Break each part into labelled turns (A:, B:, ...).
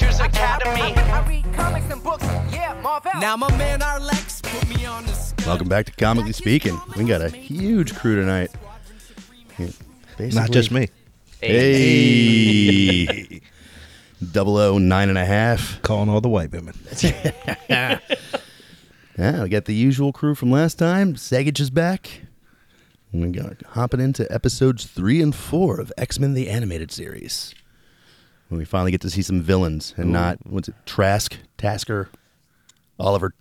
A: than me.
B: I read comics and books. Yeah, Marvel.
C: Now my man Arlex put me on the schedule.
D: Welcome back to Comically Speaking. We got a huge crew tonight.
E: Not just me.
D: Hey. Double O nine and a half.
E: Calling all the white women.
D: Yeah, we got the usual crew from last time. Sagage is back. And we got hopping into episodes three and four of X Men the Animated Series. When we finally get to see some villains and not what's it, Trask, Tasker, Oliver.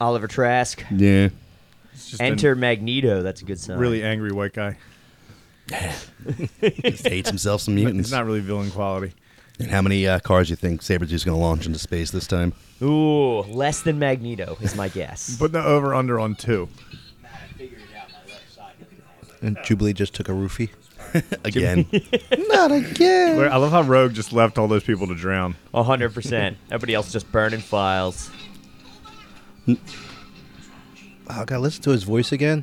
F: Oliver Trask.
D: Yeah.
G: It's just
F: Enter Magneto. That's a good sign.
G: a really angry white guy.
D: Just hates himself some mutants.
G: It's not really villain quality.
D: and how many uh, cars you think Sabretooth's going to launch into space this time?
F: Ooh, less than Magneto is my guess.
G: Putting the over under on two.
E: And Jubilee just took a roofie.
D: Again.
E: Not again.
G: Where- I love how Rogue just left all those people to drown.
F: hundred percent. Everybody else just burning files.
E: Oh, God, listen to his voice again.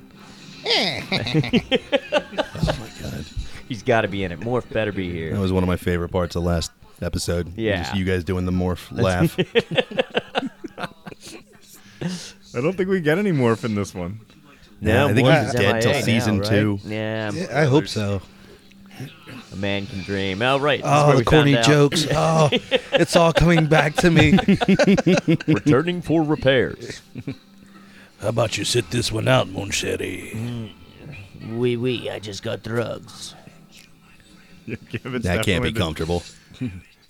F: He's got to be in it. Morph better be
D: that
F: here.
D: was one of my favorite parts of last episode.
F: Yeah.
D: Just you guys doing the morph laugh.
G: I don't think we get any morph in this one.
D: Yeah, I think
F: Morph
D: he's
F: is
D: dead till
F: MIA now,
D: season
F: right?
D: two.
F: Yeah,
E: Yeah, I hope so.
F: a man can dream. All right. this is where
E: Oh,
F: we
E: the
F: found
E: corny
F: out.
E: jokes. Oh, it's all coming back to me.
F: Returning for repairs.
E: How about you sit this one out, Monchetti?
F: Wee wee. I just got drugs.
G: Gambit's
D: That can't
G: definitely
D: be
G: the-
D: comfortable.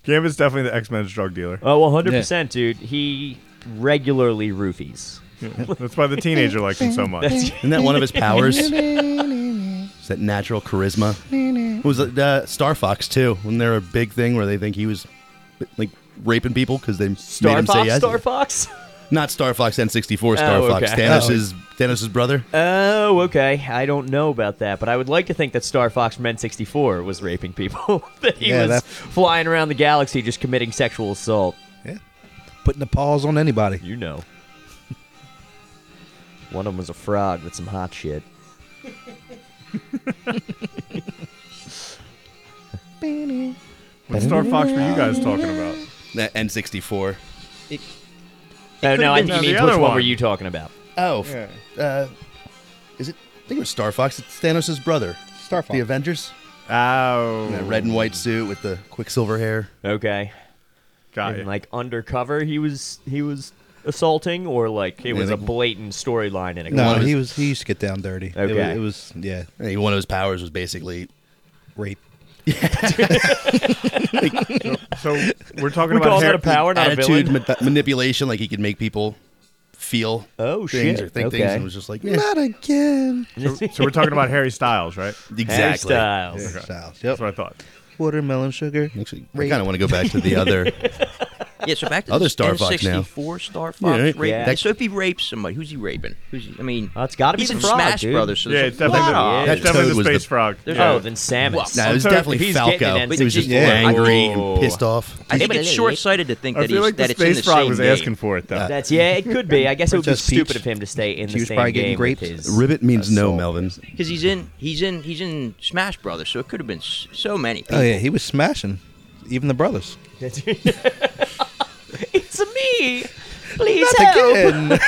G: Gambit's definitely the X Men's drug dealer.
F: Oh, one hundred percent, dude. He regularly roofies.
G: That's why the teenager likes him so much.
D: Isn't that one of his powers? Is that natural charisma? It was uh, Star Fox too. When they're a big thing where they think he was like raping people because they made
F: Star
D: him say
F: Fox.
D: yes.
F: Star Fox.
D: Not Star Fox N64. Star
F: Oh,
D: Fox.
F: okay.
D: Thanos' Thanos' brother.
F: Oh, okay. I don't know about that, but I would like to think that Star Fox from N64 was raping people. that he
E: Yeah,
F: was
E: that-
F: flying around the galaxy just committing sexual assault.
E: Putting the paws on anybody.
F: You know. One of them was a frog with some hot shit. Oh,
G: What Star Fox were you guys talking about?
D: That N64.
F: Oh, no, I
G: been
F: think he
G: the
F: means
G: other
F: which one were
G: one.
F: you talking about?
D: Oh, f- uh, is it? I think it was Star Fox. It's Thanos' brother.
E: Star
D: The Avengers.
G: Oh,
D: That red and white suit with the quicksilver hair.
F: Okay.
G: got
F: And,
G: you.
F: like undercover, he was he was assaulting, or like it was a
D: think-
F: blatant storyline in a
E: No,
D: One of
E: he was. He used to get down dirty. It
F: Okay.
E: wa- it was, yeah,
D: I think one of his powers was basically
E: rape.
G: So we're talking
F: We
G: about
F: call
G: hair.
F: that a power, not a
D: attitude
F: villain.
D: ma- manipulation. Like he could make people feel
F: Oh
D: things
F: shit!
D: or think
F: okay.
D: things, and was just like, "Meh."
E: Not again.
G: so we're talking about Harry Styles, right?
D: exactly.
F: Hairstyles.
E: Styles.
G: That's
E: Yep.
G: what I thought.
E: Watermelon sugar.
D: Actually, I kind of want to go back to the other.
H: Yeah, so back to
D: Other
H: this
D: Star Fox now.
H: N64 Star Fox
D: Yeah,
H: raping.
D: that-
H: so if he rapes somebody, who's he raping? Who's he, I mean,
F: Oh, it's gotta be
H: he's
F: the
H: in
F: frog,
H: Smash
F: dude.
H: Brothers. So
G: Yeah,
H: there's
G: it's
H: a
G: definitely,
H: lot
G: the,
H: of-
G: it's definitely
D: Toad
G: the
D: was
G: space
D: the-
G: frog.
H: There's
G: Yeah.
F: Oh, then Samus.
D: No, it was
F: I'm sorry,
D: definitely
F: if he's
D: Falco.
F: getting
D: He
F: an
D: was just
F: N64, I-
D: angry
F: Ooh.
D: and pissed off.
H: I think it's short-sighted to think
G: I
H: that he's
G: feel like the
H: that it's in
G: space
H: the
G: frog
H: same
G: was
H: game.
G: asking for it, though.
F: That's yeah. It could be. I guess it would be
E: Princess Peach.
F: stupid of him to stay in
E: She
F: the
E: was
F: same
E: probably
F: game
E: getting
F: with
E: grapes.
F: his.
D: Ribbit means no, Melvin.
H: because he's in he's in he's in Smash Brothers, so it could have been s- so many. People.
E: Oh yeah, he was smashing. Even the brothers.
F: it's me. Please
E: Not again.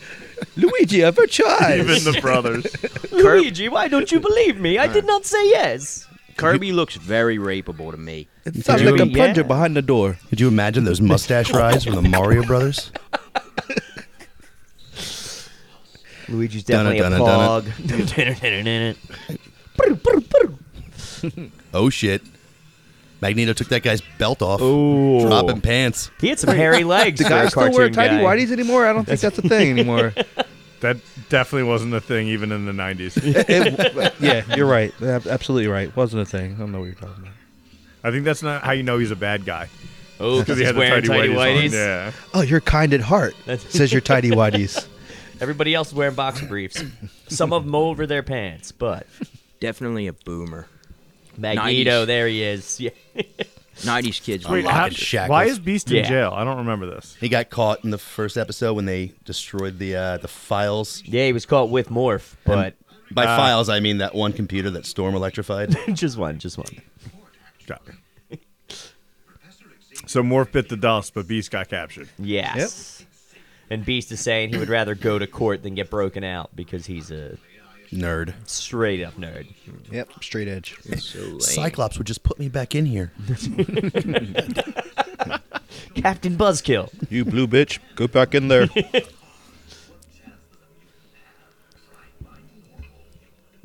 E: Luigi, ever child.
G: Even the brothers.
F: Luigi. Why don't you believe me? I did not say yes.
H: Kirby looks very rapeable to me.
E: It sounds like a
F: Julie, yeah.
E: plunger behind the door.
D: Could you imagine those mustache rides from the Mario Brothers?
F: Luigi's
D: Dunna,
F: definitely a
D: dunna,
F: pog.
D: Oh shit! Magneto took that guy's belt off, dropping pants.
F: He had some hairy legs.
E: Do
F: for a
E: guys still wear
F: cartoon
E: tidy
F: guy.
E: whities anymore? I don't think that's a thing anymore.
G: That definitely wasn't a thing even in the 90s.
E: It- yeah, you're right. Ab- Absolutely right. Wasn't a thing. I don't know what you're talking about.
G: I think that's not how you know he's a bad guy.
F: Oh, because
G: Because he had the tidy whities.
F: whities.
G: on. Yeah.
E: Oh, you're kind at heart.
F: That's-
E: Says your tidy whities.
F: Everybody else is wearing boxer briefs. Some of them over their pants, but
H: Definitely a boomer.
F: Magneto,
H: 90s.
F: there he is. Yeah.
H: Nineties kids.
G: Wait,
H: were
G: how-
H: like it.
D: shackles.
G: why is Beast in
F: Yeah.
G: jail? I don't remember this.
D: He got caught in the first episode when they destroyed the uh, the files.
F: Yeah, he was caught with Morph, but
D: By files, I mean that one computer that Storm electrified.
F: just one, just one.
G: Got it. So Morph bit the dust, but Beast got captured.
F: Yes. And Beast is saying he would rather go to court than get broken out because he's a
D: Nerd.
F: straight up nerd.
E: Yep, straight edge.
H: So lame.
D: Cyclops would just put me back in here.
F: Captain Buzzkill.
E: you blue bitch, go back in there.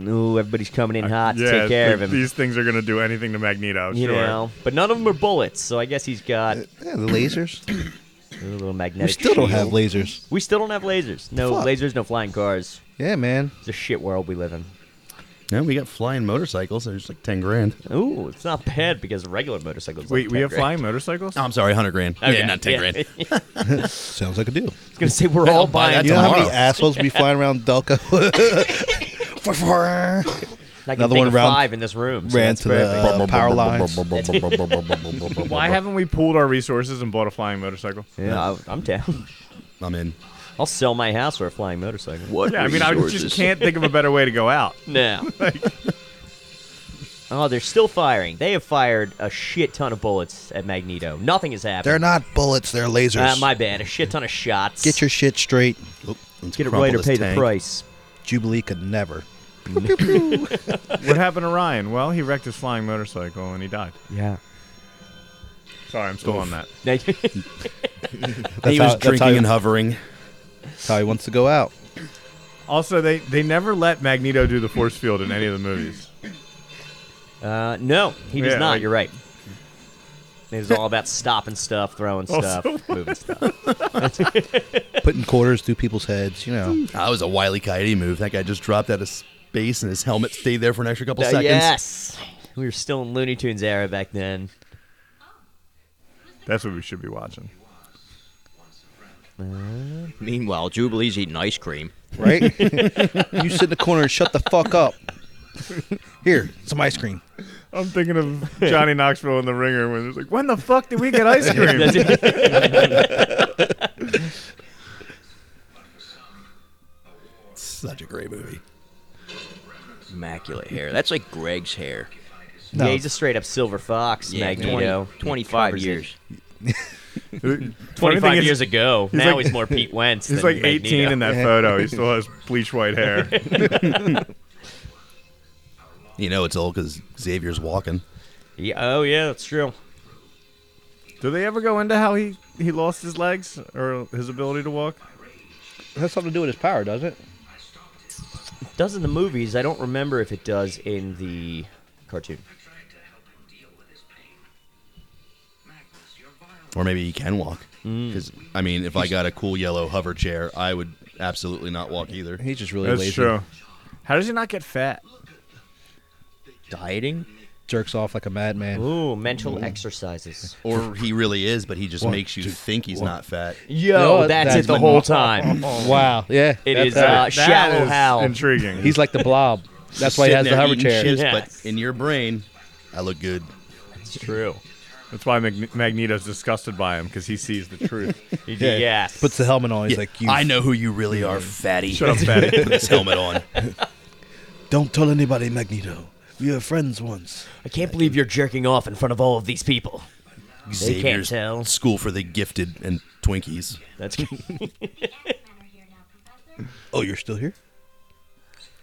F: Ooh, everybody's coming
E: Uh,
F: in hot to
G: yeah,
F: take care
G: th-
F: of him.
G: These things are gonna do anything to Magneto.
F: You
G: sure.
F: know, but none of them are bullets, so I guess he's got a
E: yeah, the lasers.
F: little
E: We
F: magnetic.
E: still don't have
F: shield.
E: lasers.
F: We still don't have lasers. No
E: Fuck.
F: lasers, no flying cars.
E: Yeah, man.
F: It's a shit world we live in.
D: Now we got flying motorcycles. They're just like 10 grand.
F: Ooh, it's not bad because regular motorcycles.
G: Wait,
F: like
G: we
F: 10
G: have
F: grand.
G: flying motorcycles.
D: Oh, I'm sorry, 100 grand.
F: Okay,
D: Yeah, not 10
F: yeah.
D: grand.
F: I
E: Sounds like a deal.
F: was gonna say we're all buying.
D: that
E: You know how many
D: Tomorrow.
E: assholes be flying around Delco?
F: I can
E: Another
F: think
E: one
F: of
E: round-
F: five in this room. So
E: Ran
F: that's
E: to the
F: perfect.
E: uh, power lines.
G: Why haven't we pooled our resources and bought a flying motorcycle?
F: yeah, I- I'm down.
D: I'm in.
F: I'll sell my house for a flying motorcycle.
H: What
G: Yeah, I mean, I
H: resources?
G: just can't think of a better way to go out.
F: No. oh, they're still firing. They have fired a shit ton of bullets at Magneto. Nothing has happened.
E: They're not bullets. They're
F: Uh,
E: lasers.
F: my bad. A shit ton of shots.
E: Get your shit straight.
D: Let's
F: get it
D: crumple
F: right or
D: this
F: pay
D: tank.
F: the price.
E: Jubilee could never.
G: What happened to Ryan? Well, he wrecked his flying motorcycle and he died.
F: Yeah.
G: Sorry, I'm still on that.
E: That's
D: he
E: how-
D: was
E: that's
D: drinking
E: how he-
D: and hovering.
E: That's how he wants to go out.
G: Also, they they never let Magneto do the force field in any of the movies.
F: uh, no, he does
G: Yeah,
F: not.
G: like-
F: You're right. It was all about stopping stuff, throwing stuff, moving stuff.
E: Putting quarters through people's heads, you know.
D: That was a wily coyote move. That guy just dropped out of space and his helmet stayed there for an extra couple
F: Uh,
D: seconds.
F: yes. We were still in Looney Tunes era back then.
G: That's what we should be watching.
H: Meanwhile, Jubilee's eating ice cream.
E: Right? you sit in the corner and shut the fuck up. Here, some ice cream.
G: I'm thinking of Johnny Knoxville in the Ringer when it's like, when the fuck did we get ice cream?
F: That's it.
D: Such a great movie.
H: Immaculate hair. That's like Greg's hair.
E: No.
F: Yeah, he's a straight up silver fox, Magneto.
H: 20 25 years.
G: Funny thing
F: 25
G: is,
F: years ago. now
G: like-
F: he's more Pete Wentz.
G: He's
F: than
G: like 18
F: Magneto.
G: in that photo. He still has bleach white hair.
D: You know it's old because Xavier's walking.
F: Yeah, oh yeah, that's true.
G: Do they ever go into how he he lost his legs or his ability to walk?
E: It has something to do with his power, does it?
F: It does in the movies. I don't remember if it does in the cartoon.
D: Or maybe he can walk. Because, I mean, if I got a cool yellow hover chair, I would absolutely not walk either.
E: He's just really
G: That's
E: lazy.
G: true. How does he not get fat?
F: Dieting?
E: Jerks off like a madman.
F: Ooh, mental exercises.
D: Or he really is, but he just
E: One,
D: makes you
E: two,
D: think he's
E: one.
D: not fat.
F: Yo,
E: No,
F: that's,
E: that's
F: it the
E: been-
F: whole time.
E: Wow. Yeah.
F: It
E: that's
F: is, uh,
G: That
F: Shallow
G: is
F: Hal.
G: Intriguing.
E: He's like the blob. That's why he has
D: Sitting there
E: the hover
D: eating
E: chair.
D: chips,
F: Yes.
D: But in your brain, I look good.
F: It's true.
G: That's why Mag- Magneto's disgusted by him because he sees the truth.
F: You do-
E: Yeah.
F: Yes.
E: Puts the helmet on. He's
D: Yeah,
E: like, you
D: I know who you really are, fatty.
G: Shut up, fatty.
D: Put this helmet on.
E: Don't tell anybody, Magneto. We were friends once.
F: I can't believe you're jerking off in front of all of these people. They can't
D: Xavier's
F: tell.
D: School for the gifted and Twinkies.
F: That's
E: Oh, you're still here?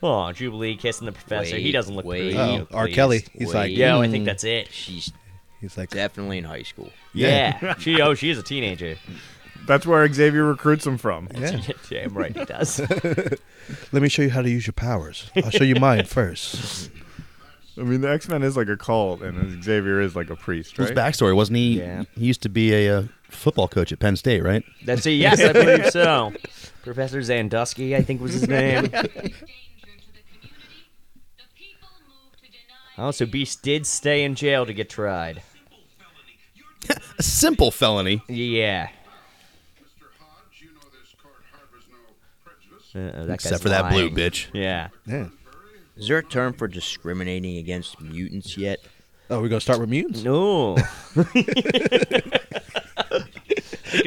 F: Oh, Jubilee kissing the professor. he
H: Wait,
F: doesn't look
H: wait.
F: pretty.
E: Oh,
H: Please,
E: R. Kelly. He's like, "Hmm."
H: wait.
F: Yo, I think that's it.
H: She's
E: He's like,
H: definitely in high school.
F: Yeah. she oh, she is a teenager.
G: That's where Xavier recruits him from.
E: yeah.
F: Damn right he does.
E: Let me show you how to use your powers. I'll show you mine first.
G: I mean, the X Men is like a cult, and Xavier is like a priest,
D: His
G: right?
D: backstory wasn't he?
F: Yeah.
D: He used to be a uh, football coach at Penn State, right?
F: That's a yes, I believe so. Professor Zandusky, I think was his name. Oh, so Beast did stay in jail to get tried.
D: A simple felony.
F: Yeah.
A: Mr. Hodge, you know this court harbors no prejudice.
F: Uh-oh, that guy's
D: Except for that blue
F: lying.
D: bitch.
F: Yeah.
E: Yeah.
H: Is there a term for discriminating against mutants yet?
E: Oh, we're going to start with mutants?
F: No.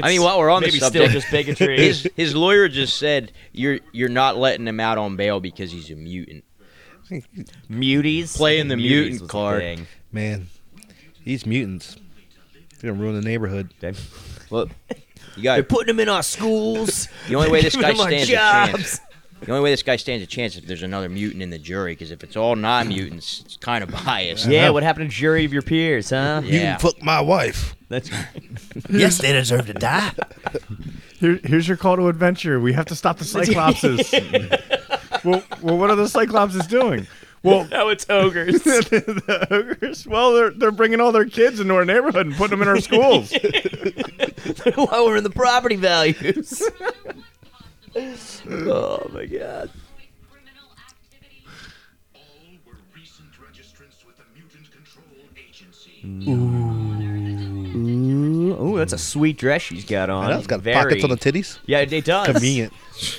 H: I mean, while we're on
F: Maybe
H: the subject,
F: still just bigotry.
H: his his lawyer just said you're you're not letting him out on bail because he's a mutant.
F: Muties.
H: Playing the
F: Muties
H: mutant
F: was
H: card.
F: thing.
E: Man, these mutants. You're gonna ruin the neighborhood.
F: They-
H: Look, you got
F: They're putting them in our schools.
H: The only way this
F: Giving
H: guy
F: them our
H: stands a
F: jobs.
H: chance. The only way this guy stands a chance is if there's another mutant in the jury, because if it's all non-mutants, it's kind of biased.
F: Yeah, what happened to jury of your peers, huh?
E: You
H: Yeah.
E: can fuck my wife.
F: That's
D: yes, they deserve to die.
G: Here, here's your call to adventure. We have to stop the cyclopses. well, well, what are the cyclopses doing? Well,
F: now it's ogres.
G: the ogres. Well, they're they're bringing all their kids into our neighborhood and putting them in our schools.
F: Lowering the property values. oh my god.
I: criminal activity.
A: All were recent registrants with the Mutant Control Agency.
F: Ooh, that's a sweet dress she's got on.
E: That's got
F: Very-
E: pockets on the titties.
F: Yeah, it does.
E: Convenient.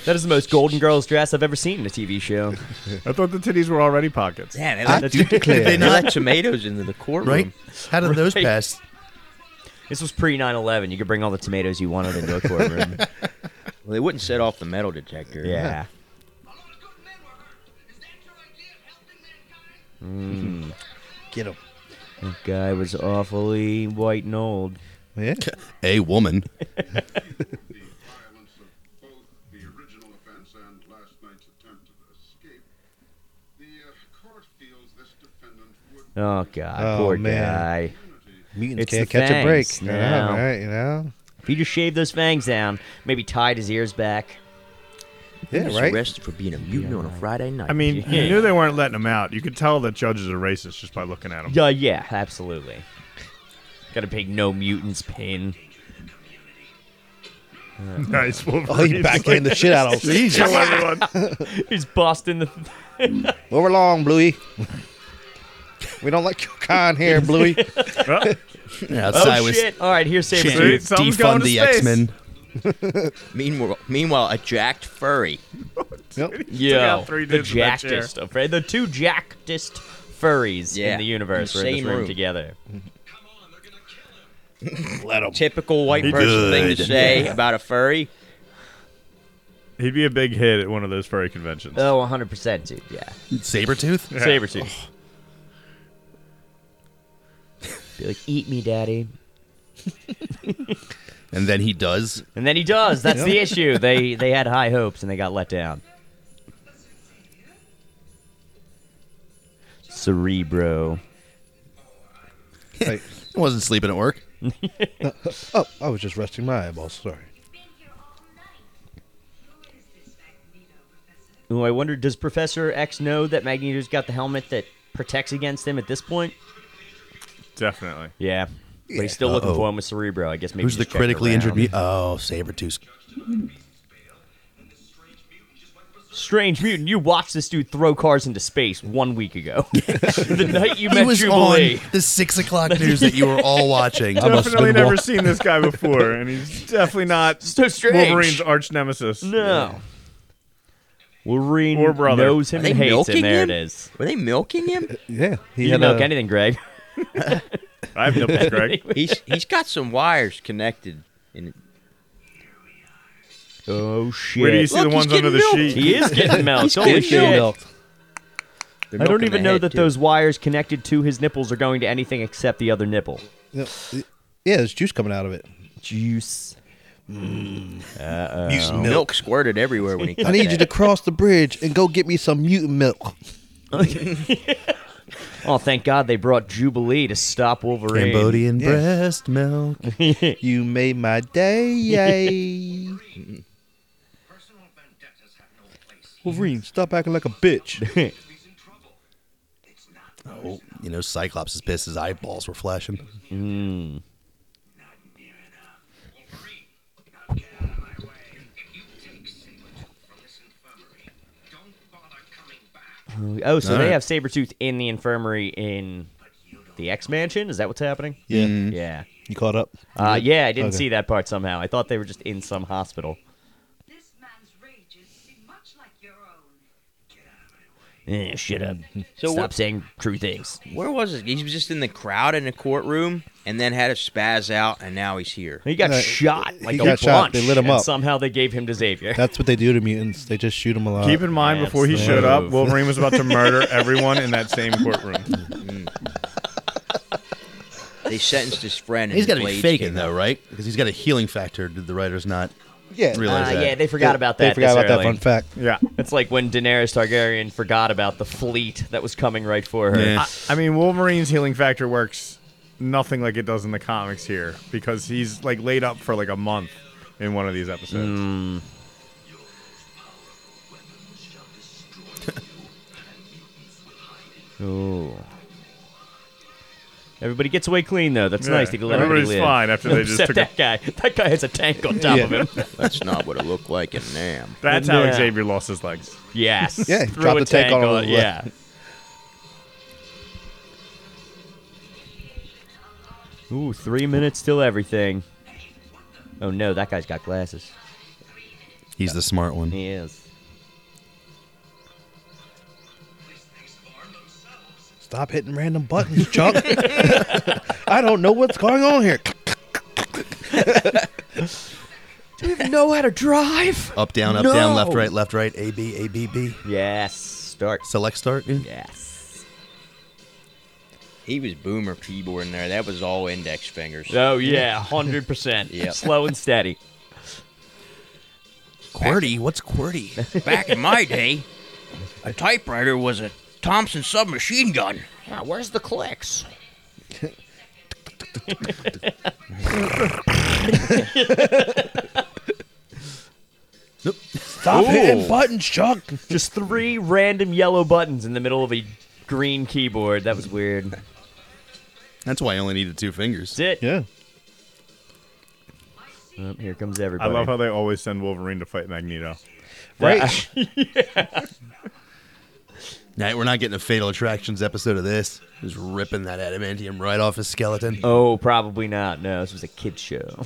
F: That is the most Golden Girls dress I've ever seen in a TV show.
G: I thought the titties were already pockets.
H: Damn, they
E: I
H: let, they
E: do declare.
H: let tomatoes into the courtroom.
D: Right? How did those
F: Right.
D: pass?
F: This was pre 9 11. You could bring all the tomatoes you wanted into a courtroom.
H: Well, they wouldn't set off the metal detector.
F: yeah.
E: Get them.
F: That guy was awfully white and old.
E: Yeah.
D: A woman.
A: The violence of both the original offense and last night's attempt at escape, the uh, court feels this defendant would
F: Oh, God.
E: Oh,
F: poor
E: man.
F: guy.
A: unity
E: Mutants
F: It's
E: can't
F: the
E: catch a break.
F: fangs
E: You know,
F: now.
E: right? You know.
F: If he just shaved those fangs down, maybe tied his ears back.
H: He was
E: Yeah. Right.
H: Arrested for being a mutant on a Friday night.
G: I mean,
F: Yeah.
G: you knew they weren't letting them out. You could tell that judges are racist just by looking at them.
F: Yeah, yeah, absolutely. Got a big no mutants pin.
G: Nice Wolverine.
E: Oh, he backhanded the shit out of him.
G: Kill everyone.
F: He's busting the.
E: Move along, Bluey. We don't like your kind here, Bluey.
F: Oh
D: Outside was
F: shit! All right, here's Saber
D: chanting,
G: Dude,
F: Tooth.
G: something's going
D: defund
G: to
D: the
G: space."
D: X Men.
H: meanwhile, meanwhile, a jacked furry.
F: Yo,
G: out three
F: the
G: dudes with that chair.
F: jackedest of the two jackedest furries
H: Yeah,
F: in the universe
H: in the
F: were in this
H: same
F: room,
H: room.
F: together.
E: Let him.
H: Typical white person thing to say about a furry.
G: He'd be a big hit at one of those furry conventions.
F: Oh, 100 percent, dude. Yeah,
D: Sabretooth?
F: Saber Tooth. Be like, eat me, daddy.
D: And then he does.
F: And then he does. That's the issue. They they had high hopes and they got let down. Cerebro.
E: Like,
D: He wasn't sleeping at work.
E: oh, I was just resting my eyeballs. Sorry.
I: Been here all night. Who is this Magneto, Professor?
F: Ooh, I wonder, does Professor X know that Magneto's got the helmet that protects against him at this point?
G: Definitely.
F: Yeah. But he's still looking
D: Uh-oh.
F: for him with Cerebro. I guess maybe
D: Who's the
F: just check
D: critically injured?
F: around.
D: mu- oh, Sabretooth.
F: Strange mutant, you watched this dude throw cars into space one week ago. the night you
D: He
F: met
D: was
F: Jubilee.
D: on the six o'clock news that you were all watching.
G: Definitely never seen this guy before, and he's definitely not
F: So strange.
G: Wolverine's arch nemesis.
F: No. Wolverine
G: Or brother.
F: knows
H: Are
F: him
H: they
F: and hates him.
H: milking
F: There it
H: him?
F: is.
H: Were they milking him?
E: Yeah. He
F: You
E: had
F: can milk
E: a-
F: anything, Greg.
G: I have nipples, Greg.
H: He's he's got some wires connected. In,
F: Oh, shit.
G: Where do you see
H: Look,
G: the
H: he's
G: ones under
H: getting
G: the
H: milked.
G: sheet?
F: he is getting milked. Holy
H: getting
F: shit.
E: milked.
H: they're
F: I don't
H: milking
F: even
H: the
F: know
H: head,
F: that
H: too.
F: those wires connected to his nipples are going to anything except the other nipple.
E: Yeah, yeah, there's juice coming out of it.
F: Juice.
H: milk. squirted everywhere when he.
E: I need you to cross the bridge and go get me some mutant milk.
F: Oh, thank God they brought Jubilee to stop Wolverine.
D: Cambodian
E: Yeah.
D: breast milk.
E: You made my day, yay.
A: Personal vendettas have no place.
E: Wolverine, stop acting like a bitch.
A: He's in trouble. It's not
D: Oh, you know, Cyclops is pissed. His eyeballs were flashing.
A: not near enough. Wolverine, now get out of my way. If you take Sabretooth from this infirmary, don't bother coming back.
F: Oh, so they
D: Alright.
F: have Sabretooth in the infirmary in the X Mansion? Is that what's happening?
E: Yeah.
F: Yeah.
E: You caught up?
F: Uh, yeah, I didn't
E: Okay.
F: see that part somehow. I thought they were just in some hospital.
I: This man's rages seem much like your own.
F: Eh, shut up.
H: So
F: Stop
H: what-
F: saying true things.
H: Where was it? He was just in the crowd in the courtroom, and then had a spaz out, and now he's here.
F: He got
E: No,
F: shot like
E: he
F: a
E: got shot.
F: bunch.
E: They lit him
F: and
E: up.
F: Somehow they gave him to Xavier.
E: That's what they do to mutants. They just shoot them alive.
G: Keep in mind,
F: that's
G: before he
F: the
G: showed up,
F: move.
G: Wolverine was about to murder everyone in that same courtroom.
J: They sentenced his friend. and
D: He's got to
J: his
D: be
J: blades
D: faking
J: came
D: though,
J: out.
D: right? Because he's got a healing factor. Did the writers not?
E: Yeah.
D: Realize
F: Ah,
D: that.
F: yeah, they forgot about that.
E: They
F: this
E: forgot about that
F: early.
E: fun fact.
G: Yeah.
F: It's like when Daenerys Targaryen forgot about the fleet that was coming right for her.
D: Yeah.
G: I, I mean, Wolverine's healing factor works nothing like it does in the comics here because he's like laid up for like a month in one of these episodes.
F: Ooh. Everybody gets away clean though. That's
G: Yeah,
F: nice. They let
G: everybody's
F: everybody live.
G: fine after they just
F: Except
G: took a-
F: that guy. That guy has a tank on top of him.
J: That's not what it looked like in Nam.
G: That's
F: Yeah.
G: how Xavier lost his legs.
F: Yes.
E: Yeah,
F: Threw
E: drop
F: a
E: the tank on him.
F: Yeah. Ooh, three minutes till everything. Oh no, that guy's got glasses.
D: He's the smart one.
F: He is.
E: Stop hitting random buttons, Chuck. I don't know what's going on here.
F: know how to drive.
D: Up, down, up, down, left, right, left, right, A, B, A, B, B.
F: Yes. Start.
D: Select start. Yeah.
F: Yes.
J: He was boomer keyboard in there. That was all index fingers.
F: Oh yeah, hundred percent.
J: Yep.
F: Slow and steady.
D: QWERTY. What's QWERTY?
J: Back in my day, a typewriter was a Thompson submachine gun. Now, where's the clicks?
E: Stop hitting buttons, Chuck.
F: Just three random yellow buttons in the middle of a green keyboard. That was weird. That's
D: That's why I only needed two fingers.
F: it.
E: Yeah.
F: Oh, here comes
G: I
F: everybody.
G: love how they always send Wolverine to fight Magneto.
E: Right.
D: Now we're not getting a Fatal Attractions episode of this. Just ripping that adamantium right off his skeleton.
F: Oh, probably not. No, this was a kid show.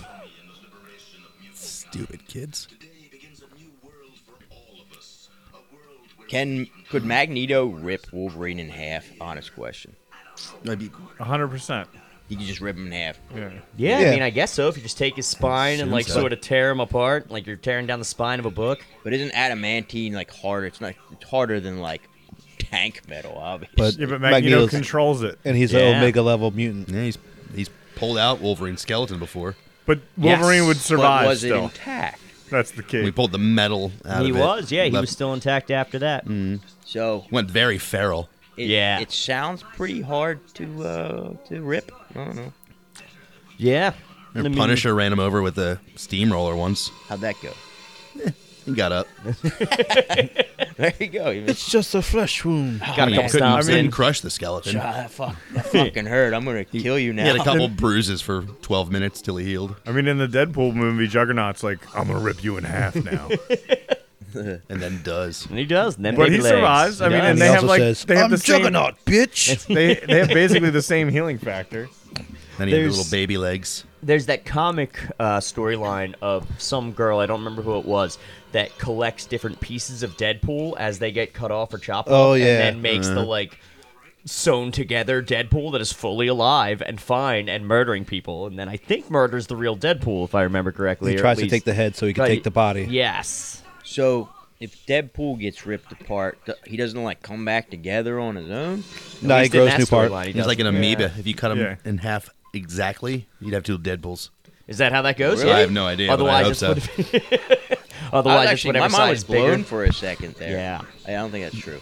D: Stupid kids.
J: Can could Magneto rip Wolverine in half? Honest question.
D: Might be
G: 100%.
J: He could just rip him in half.
G: Yeah.
F: Yeah, I
E: Yeah.
F: mean, I guess so. If you just take his spine and like
D: Assume so.
F: sort of tear him apart, like you're tearing down the spine of a book.
J: But isn't adamantine like harder? It's not. It's harder than like tank metal, obviously.
E: But-
G: Yeah, but Magneto
E: Magneto's-
G: controls it.
E: And he's
F: Yeah.
E: an Omega level mutant.
D: Yeah, he's he's pulled out Wolverine's skeleton before.
G: But Wolverine would
J: But
G: survive
J: was it
G: still.
J: intact?
G: That's the
D: We
G: key.
D: pulled the metal out
F: he
D: of it.
F: was, yeah, he
D: Left-
F: was still intact after that.
G: Mm.
J: So
D: went very feral.
J: it,
F: Yeah.
J: it sounds pretty hard to uh, to rip. I don't know
F: Yeah, I
D: And
F: mean,
D: Punisher ran him over with a steamroller once.
J: how'd that go.
D: He got up.
J: There you go. You
E: It's just a flesh wound.
F: Got a couple
D: couldn't,
F: stomps
D: couldn't
F: in.
D: crush the skeleton.
J: Ah, fuck, that fucking hurt. I'm gonna kill you now.
D: He had a couple bruises for 12 minutes till he healed,
G: I mean, in the Deadpool movie, Juggernaut's like, I'm going to rip you in half now.
D: and then does.
F: and he does. And then
G: But
F: baby
G: he
F: legs.
G: survives.
F: He
G: I mean,
F: does.
G: and
E: And
G: they
E: he
G: have,
E: also
G: like-
E: says,
G: they have
E: "I'm
G: the same-
E: Juggernaut, bitch."
G: they, they have basically the same healing factor.
D: Then he had the
F: There's-
D: little baby legs.
F: there's that comic uh, storyline of some girl I don't remember who it was that collects different pieces of Deadpool as they get cut off or chopped
E: Oh,
F: off,
E: yeah.
F: and then makes
D: Uh-huh.
F: the like sewn together Deadpool that is fully alive and fine and murdering people, and then I think murders the real Deadpool if I remember correctly.
E: He
F: or at
E: tries to
F: least-
E: take the head so he can
F: Right.
E: take the body.
F: Yes.
J: So if Deadpool gets ripped apart, th- he doesn't like come back together on his own.
E: No,
F: At
E: he
F: least in
E: grows
F: that
E: new part.
F: storyline he
D: He's like an
F: doesn't.
D: amoeba.
F: Yeah.
D: If you cut him
G: Yeah.
D: in half exactly, you'd have two Deadpools. uh,
F: Is that how that goes?
J: Really?
D: I have no idea.
F: Otherwise,
D: but I hope
F: it's
D: so.
J: I
F: what-
J: was
F: Otherwise, it's
J: actually,
F: whatever
J: my mind was
F: size bigger.
J: blown for a second there.
F: Yeah.
J: I don't think that's true.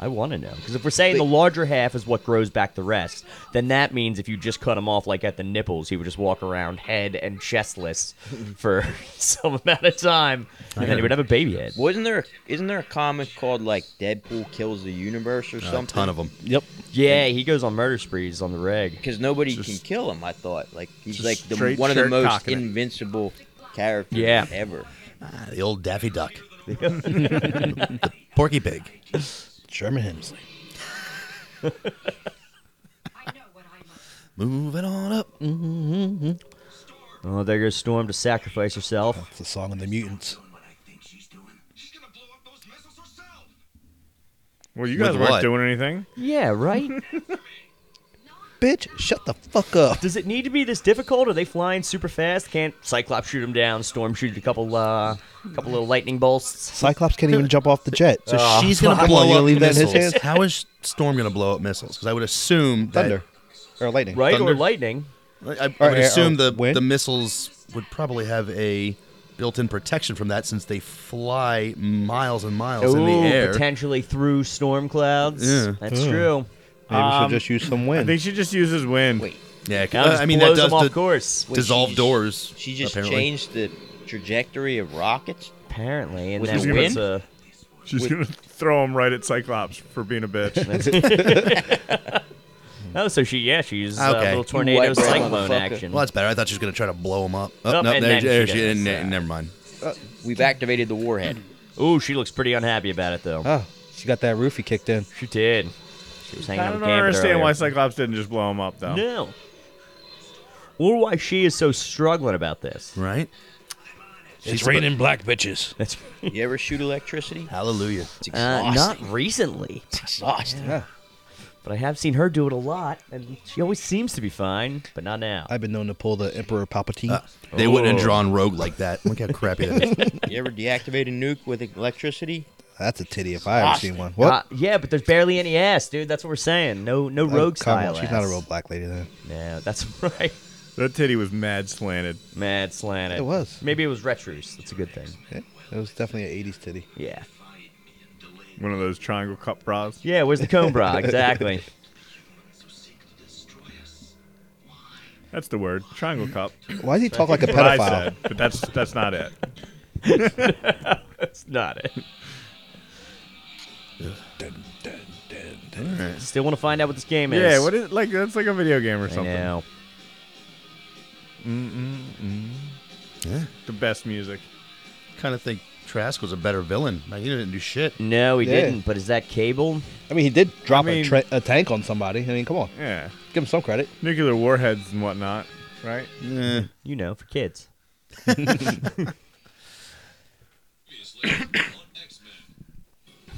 F: I want to know because if we're saying the larger half is what grows back the rest, then that means if you just cut him off like at the nipples, he would just walk around head and chestless for some amount of time, and then he would have a baby head.
J: Wasn't there? A, isn't there a comic called like Deadpool kills the universe
G: Uh,
J: or
D: A
J: something?
D: ton of them.
E: Yep.
F: Yeah, he goes on murder sprees on the reg.
J: Because nobody
G: Just-
J: can kill him. I thought like he's
G: Just
J: like the,
G: straight
J: one of the
G: shirt
J: most
G: cocking it.
J: invincible characters
F: Yeah.
J: ever.
D: Ah, the old Daffy Duck. the Porky Pig.
E: Sherman Hemsley.
K: I know what I must
D: Moving on up.
F: Oh, there goes Storm to sacrifice herself.
E: It's the song of the mutants.
G: Well, you
D: With
G: guys weren't
D: what?
G: doing anything.
F: Yeah, right.
E: Bitch, shut the fuck up.
F: Does it need to be this difficult? Are they flying super fast? Can't Cyclops shoot him down? Storm shoot a couple, uh, couple little lightning bolts.
E: Cyclops can't even jump off the jet.
D: So she's gonna
E: fuck.
D: Ah. blow
E: You're
D: up
E: gonna leave that in his
D: missiles.
E: hands?
D: How is Storm gonna blow up missiles? Because I would assume that
E: Thunder. or lightning.
F: right? Or
D: Thunder.
F: lightning.
D: I, I
E: Or-
D: would
E: or
D: assume
L: uh,
D: the
E: wind?
D: the missiles would probably have a built-in protection from that since they fly miles and miles in
F: Ooh,
D: the air.
F: potentially through storm clouds.
D: Yeah. Hmm.
F: That's true.
E: Maybe we
G: Um,
E: should just use some
G: I
E: wind.
G: think she just uses wind.
J: Wait,
D: yeah,
F: Now it
D: uh,
F: just
D: I mean that
F: blows
D: does
F: them off
D: di-
F: course.
J: wait,
D: dissolve
J: she just-
D: doors.
J: She just
D: apparently.
J: changed the trajectory of rockets.
F: Apparently, and
J: Was
F: then
G: this
F: was
J: wind?
F: a
G: She's gonna throw him right at Cyclops for being a bitch.
F: oh, so she yeah, she uses uh,
D: Okay.
F: little tornado
J: Wipe that
F: cyclone
J: motherfucker.
F: action.
D: Well, that's better. I thought she was going to try to blow them up. Oh,
F: Nope,
D: no,
F: and
D: there,
F: then
D: there
F: she
D: she
F: does.
D: ne- never mind.
J: We've activated the warhead.
F: Ooh, she looks pretty unhappy about it though.
E: oh, she got that roofie kicked in.
F: She did. She was hanging
G: I
F: on
G: don't
F: the gambit
G: understand
F: earlier.
G: why Cyclops didn't just blow him up though.
F: No. Or why she is so struggling about this.
D: Right?
F: It's
L: It's raining black bitches.
F: That's
J: You ever shoot electricity?
D: Hallelujah.
J: It's
F: uh,
J: exhausting.
F: not recently,
J: It's exhausting.
F: but I have seen her do it a lot, and she always seems to be fine, but not now. Uh,
E: I've been known to pull the Emperor Palpatine.
D: Uh, they wouldn't have
F: Oh.
D: drawn Rogue like that. Look how crappy that is.
J: You ever deactivate a nuke with electricity?
E: That's a titty if I ever
J: Austin.
E: seen one. What?
F: Uh, yeah, but there's barely any ass, dude. That's what we're saying. No, no
E: Oh,
F: rogue
E: come
F: style.
E: on, She's not a
F: ass.
E: real black lady then.
F: Yeah, that's right.
G: That titty was mad slanted.
F: Mad slanted.
E: It was.
F: Maybe it was retrous. That's a good thing.
E: Yeah, it was definitely an 80s titty.
F: Yeah.
G: One of those triangle cup bras.
F: Yeah. Where's the cone bra? Exactly.
G: That's the word. Triangle cup.
E: Why does he talk like a
G: What I
E: pedophile?
G: said, but that's that's not it.
F: That's not it. Still want to find out what this game is.
G: Yeah, what is like that's like a video game or
F: I
G: something.
F: know.
G: The best music.
D: kind of think Trask was a better villain. Like, he didn't do shit.
F: No, he
E: Yeah.
F: didn't. But is that Cable?
E: I mean, he did drop
G: I mean-
E: a, tra- a tank on somebody. I mean, come on.
G: Yeah.
E: Give him some credit.
G: Nuclear warheads and whatnot, right?
F: You know, for kids.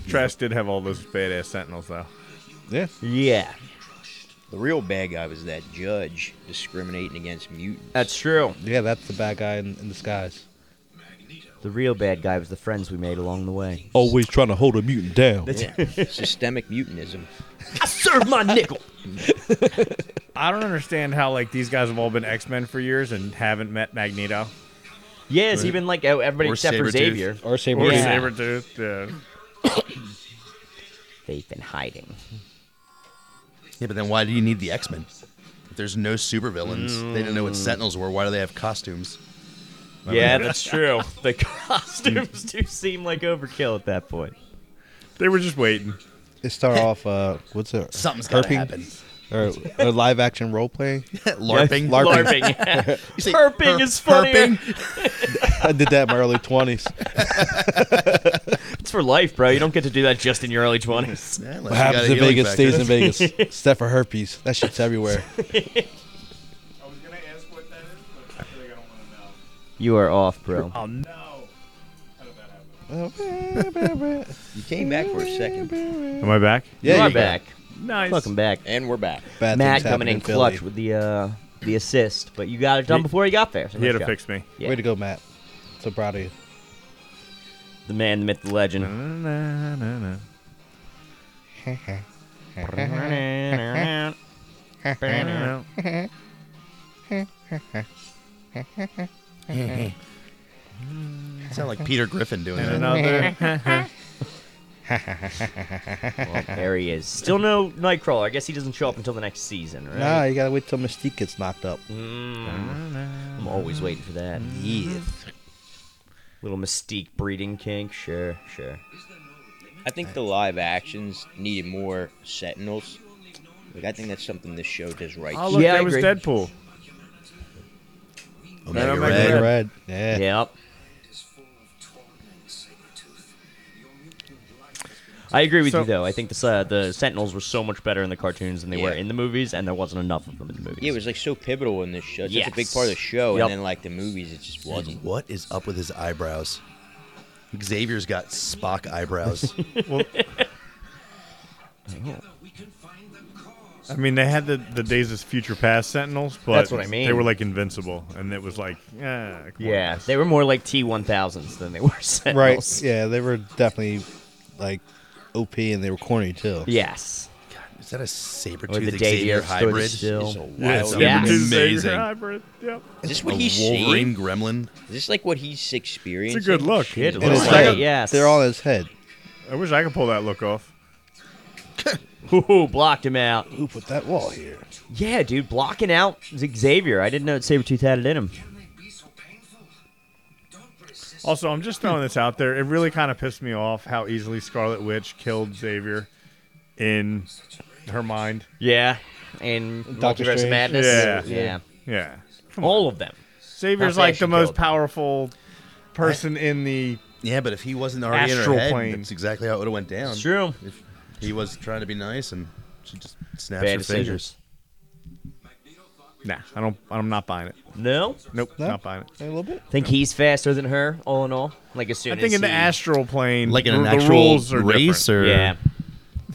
G: Trask did have all those badass sentinels though.
E: Yeah.
F: Yeah,
J: The real bad guy was that judge discriminating against mutants.
F: that's true.
E: Yeah, that's the bad guy in, in disguise.
F: The real bad guy was the friends we made along the way.
L: Always trying to hold a mutant down.
J: Systemic mutinism.
F: I served my nickel.
G: I don't understand how like these guys have all been X Men for years and haven't met Magneto
F: Yes, even like oh, everybody
D: Or
F: except for
D: Sabretooth.
F: Xavier.
E: Or Saber.
G: or
F: Yeah.
G: Sabretooth. Yeah.
F: They've been hiding.
D: Yeah, but then why do you need the X Men? If there's no supervillains, they didn't know what Sentinels were. Why do they have costumes?
F: Yeah, that's true. The costumes do seem like overkill at that point.
G: They were just waiting.
E: They start off, uh, what's it?
D: Something's got to
E: Herping?
D: happen.
E: Or, or live action role playing.
D: LARPing.
E: LARPing.
F: Larping.
D: You say
F: Herping
D: her-
F: is funnier.
D: herping?
E: I did that in my early 20s.
F: it's for life, bro. You don't get to do that just in your early 20s.
D: Yeah, unless
E: What
D: you got
E: happens
D: a
E: in
D: healing
E: Vegas stays in
D: factor.
E: Vegas. Except for herpes. That shit's everywhere.
G: I was gonna ask what that is, but I feel like I don't want to know.
F: You are off, bro.
G: Oh no. How did that happen?
J: You came back for a second.
G: Am I back?
E: Yeah,
F: you are
E: you go.
F: back.
G: Nice.
F: Welcome back.
J: And we're back.
E: Bad
F: Matt
E: things happen
F: coming in
E: Philly.
F: clutch with the uh, the assist, but you got it done
G: He-
F: before he got there. So
G: He had
F: nice
G: to
F: job.
G: fix me.
F: Yeah.
E: Way to go, Matt. So proud of you.
F: The man, the myth, the legend.
D: sound like Peter Griffin doing it.
G: uh,
F: there he is. Still no Nightcrawler. I guess he doesn't show up until the next season, right?
E: Nah, you gotta wait till Mystique gets knocked up.
F: I'm always waiting for that.
E: Yeah.
F: Little Mystique breeding kink. Sure, sure.
J: I think the live actions needed more sentinels. Like I think that's something this show does right.
G: Oh look,
F: Yeah, I
G: that was
F: agree.
G: Deadpool.
D: Omega Red.
G: Omega
E: Red.
G: Red.
E: Red. Yeah.
F: Yep. I agree with
G: So-
F: you though. I think the uh, the Sentinels were so much better in the cartoons than they were
J: Yeah.
F: in the movies, and there wasn't enough of them in the movies.
J: Yeah, it was like so pivotal in this show. It's such a big
F: Yes.
J: part of the show,
F: Yep.
J: and then like the movies, it just wasn't.
D: What is up with his eyebrows? Xavier's got Spock eyebrows.
G: I mean, they had the, the Days of Future Past Sentinels, but
F: That's what I mean.
G: They were like invincible, and it was like, yeah, come on.
F: Yeah, they were more like T1000s than they were
E: Right.
F: Sentinels.
E: Yeah, they were definitely like OP and they were corny too.
F: Yes.
D: It's Is that a saber
F: Or the
D: tooth
F: day the
D: Xavier
F: Earth stood
D: hybrid?
F: still. It's a
D: Yeah,
F: wild-
D: it's
F: Yeah.
D: amazing.
G: Hybrid. Yep.
J: Is this what
D: A
J: he's
D: Wolverine
J: seeing?
D: gremlin?
J: Is this like what he's experiencing?
G: good look.
J: Shit,
G: it
J: it
G: looks
J: looks
G: like
J: like it.
G: it.
F: Yes.
E: They're all in his head.
G: I wish I could pull that look off.
F: Ooh, blocked him out.
E: Who put that wall here?
F: Yeah, dude, blocking out Xavier. I didn't know Sabretooth had it in him.
G: Also, I'm just throwing this out there. It really kind of pissed me off how easily Scarlet Witch killed Xavier in her mind.
F: Yeah. And
E: Doctor
F: Multiverse of
E: Strange.
F: Madness.
G: Yeah.
F: Yeah.
G: Yeah.
F: All of them.
G: Xavier's
F: Not
G: like the
F: fashion
G: most
F: killed.
G: powerful person in the.
D: Yeah, but if he wasn't already
G: Astral
D: in her head,
G: plane.
D: that's exactly how it would have went down.
F: It's true.
D: If he was trying to be nice and she just snaps
F: Bad
D: her
F: decisions.
D: fingers.
G: Nah, I don't. I'm not buying it.
F: No?
G: Nope,
E: No?
G: not buying it.
E: A little bit.
F: Think he's faster than her, all in all? Like, as soon
G: I
F: as
G: think in the
F: he-
G: astral plane,
D: Like in
G: the,
D: an
G: the
D: actual
G: rules are
D: race or
F: Yeah.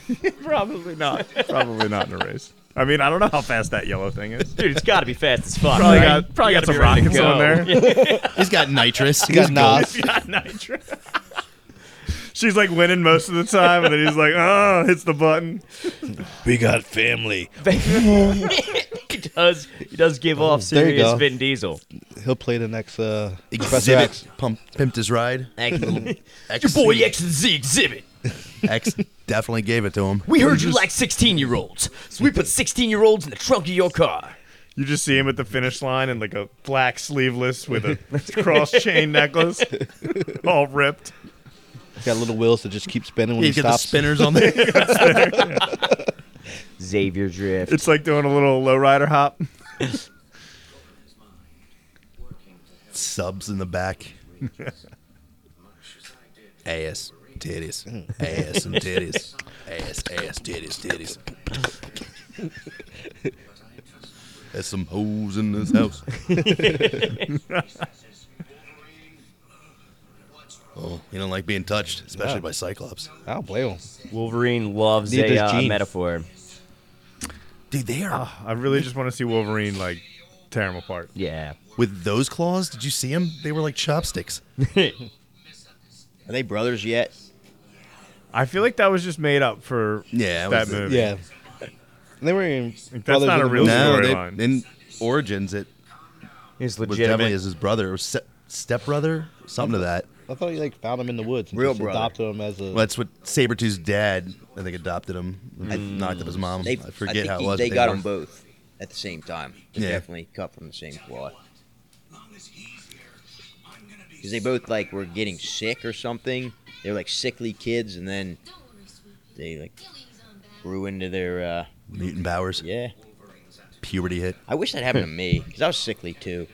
G: different. probably not. probably not in a race. I mean, I don't know how fast that yellow thing is.
F: Dude, it's got to be fast as fuck.
G: Probably
F: right?
G: got probably
F: You
G: got
F: gotta
G: some
F: be ready to
G: rockets on
F: go.
G: there.
D: he's got nitrous.
E: He got
D: He's
E: Nas.
G: She's like winning most of the time, and then he's like, oh, hits the button.
L: We got family.
F: he does. He does give off
E: there you
F: serious
E: go.
F: Vin Diesel.
E: He'll play the next uh, Professor X.
D: Exhibit pump, pimped his ride. Your boy X
F: and Z exhibit.
D: X definitely gave it to him.
F: We heard you like 16 year olds, so we put 16 year olds in the trunk of your car.
G: You just see him at the finish line in like a black sleeveless with a cross chain necklace, all ripped.
E: He's got little wheels that just keep spinning when
D: He's
E: he
D: got the
E: stops.
D: spinners on there.
F: Xavier Drift.
G: It's like doing a little lowrider hop.
D: Subs in the back. ass, titties, ass and titties, ass, ass, titties, titties. There's some hoes in this house. oh, you don't like being touched, especially by Cyclops.
E: I don't blame him.
F: Wolverine loves
E: Need
F: a
E: this
F: uh,
E: jeans.
F: metaphor.
D: Dude, they are
G: I really just want to see Wolverine like tear him apart.
F: Yeah.
D: with those claws. Did you see them? They were like chopsticks.
J: Are they brothers yet?
G: I feel like that was just made up for
D: Yeah, it
G: that
D: was the-
G: movie.
E: Yeah. They were in.
G: that's not a real-
D: No, they,
G: storyline.
D: in Origins, it
F: He's
D: was definitely
F: legitimate.
D: as his brother or se- stepbrother, something to that.
E: I thought he like found him in the woods and
J: Real
E: just
J: brother.
E: adopted him as a.
D: Well, that's what Sabretooth's dad, I think, adopted him. and knocked up his mom.
J: Mm. They,
D: I forget
J: think
D: how it
J: he-
D: was.
J: They
D: but
J: got
D: were-
J: them both at the same time. They
D: Yeah.
J: definitely cut from the same cloth. Because they both like were getting sick or something. They were like sickly kids, and then they like grew into their uh,
D: Mutant powers.
J: yeah.
D: Puberty hit.
J: I wish that happened to me because I was sickly too.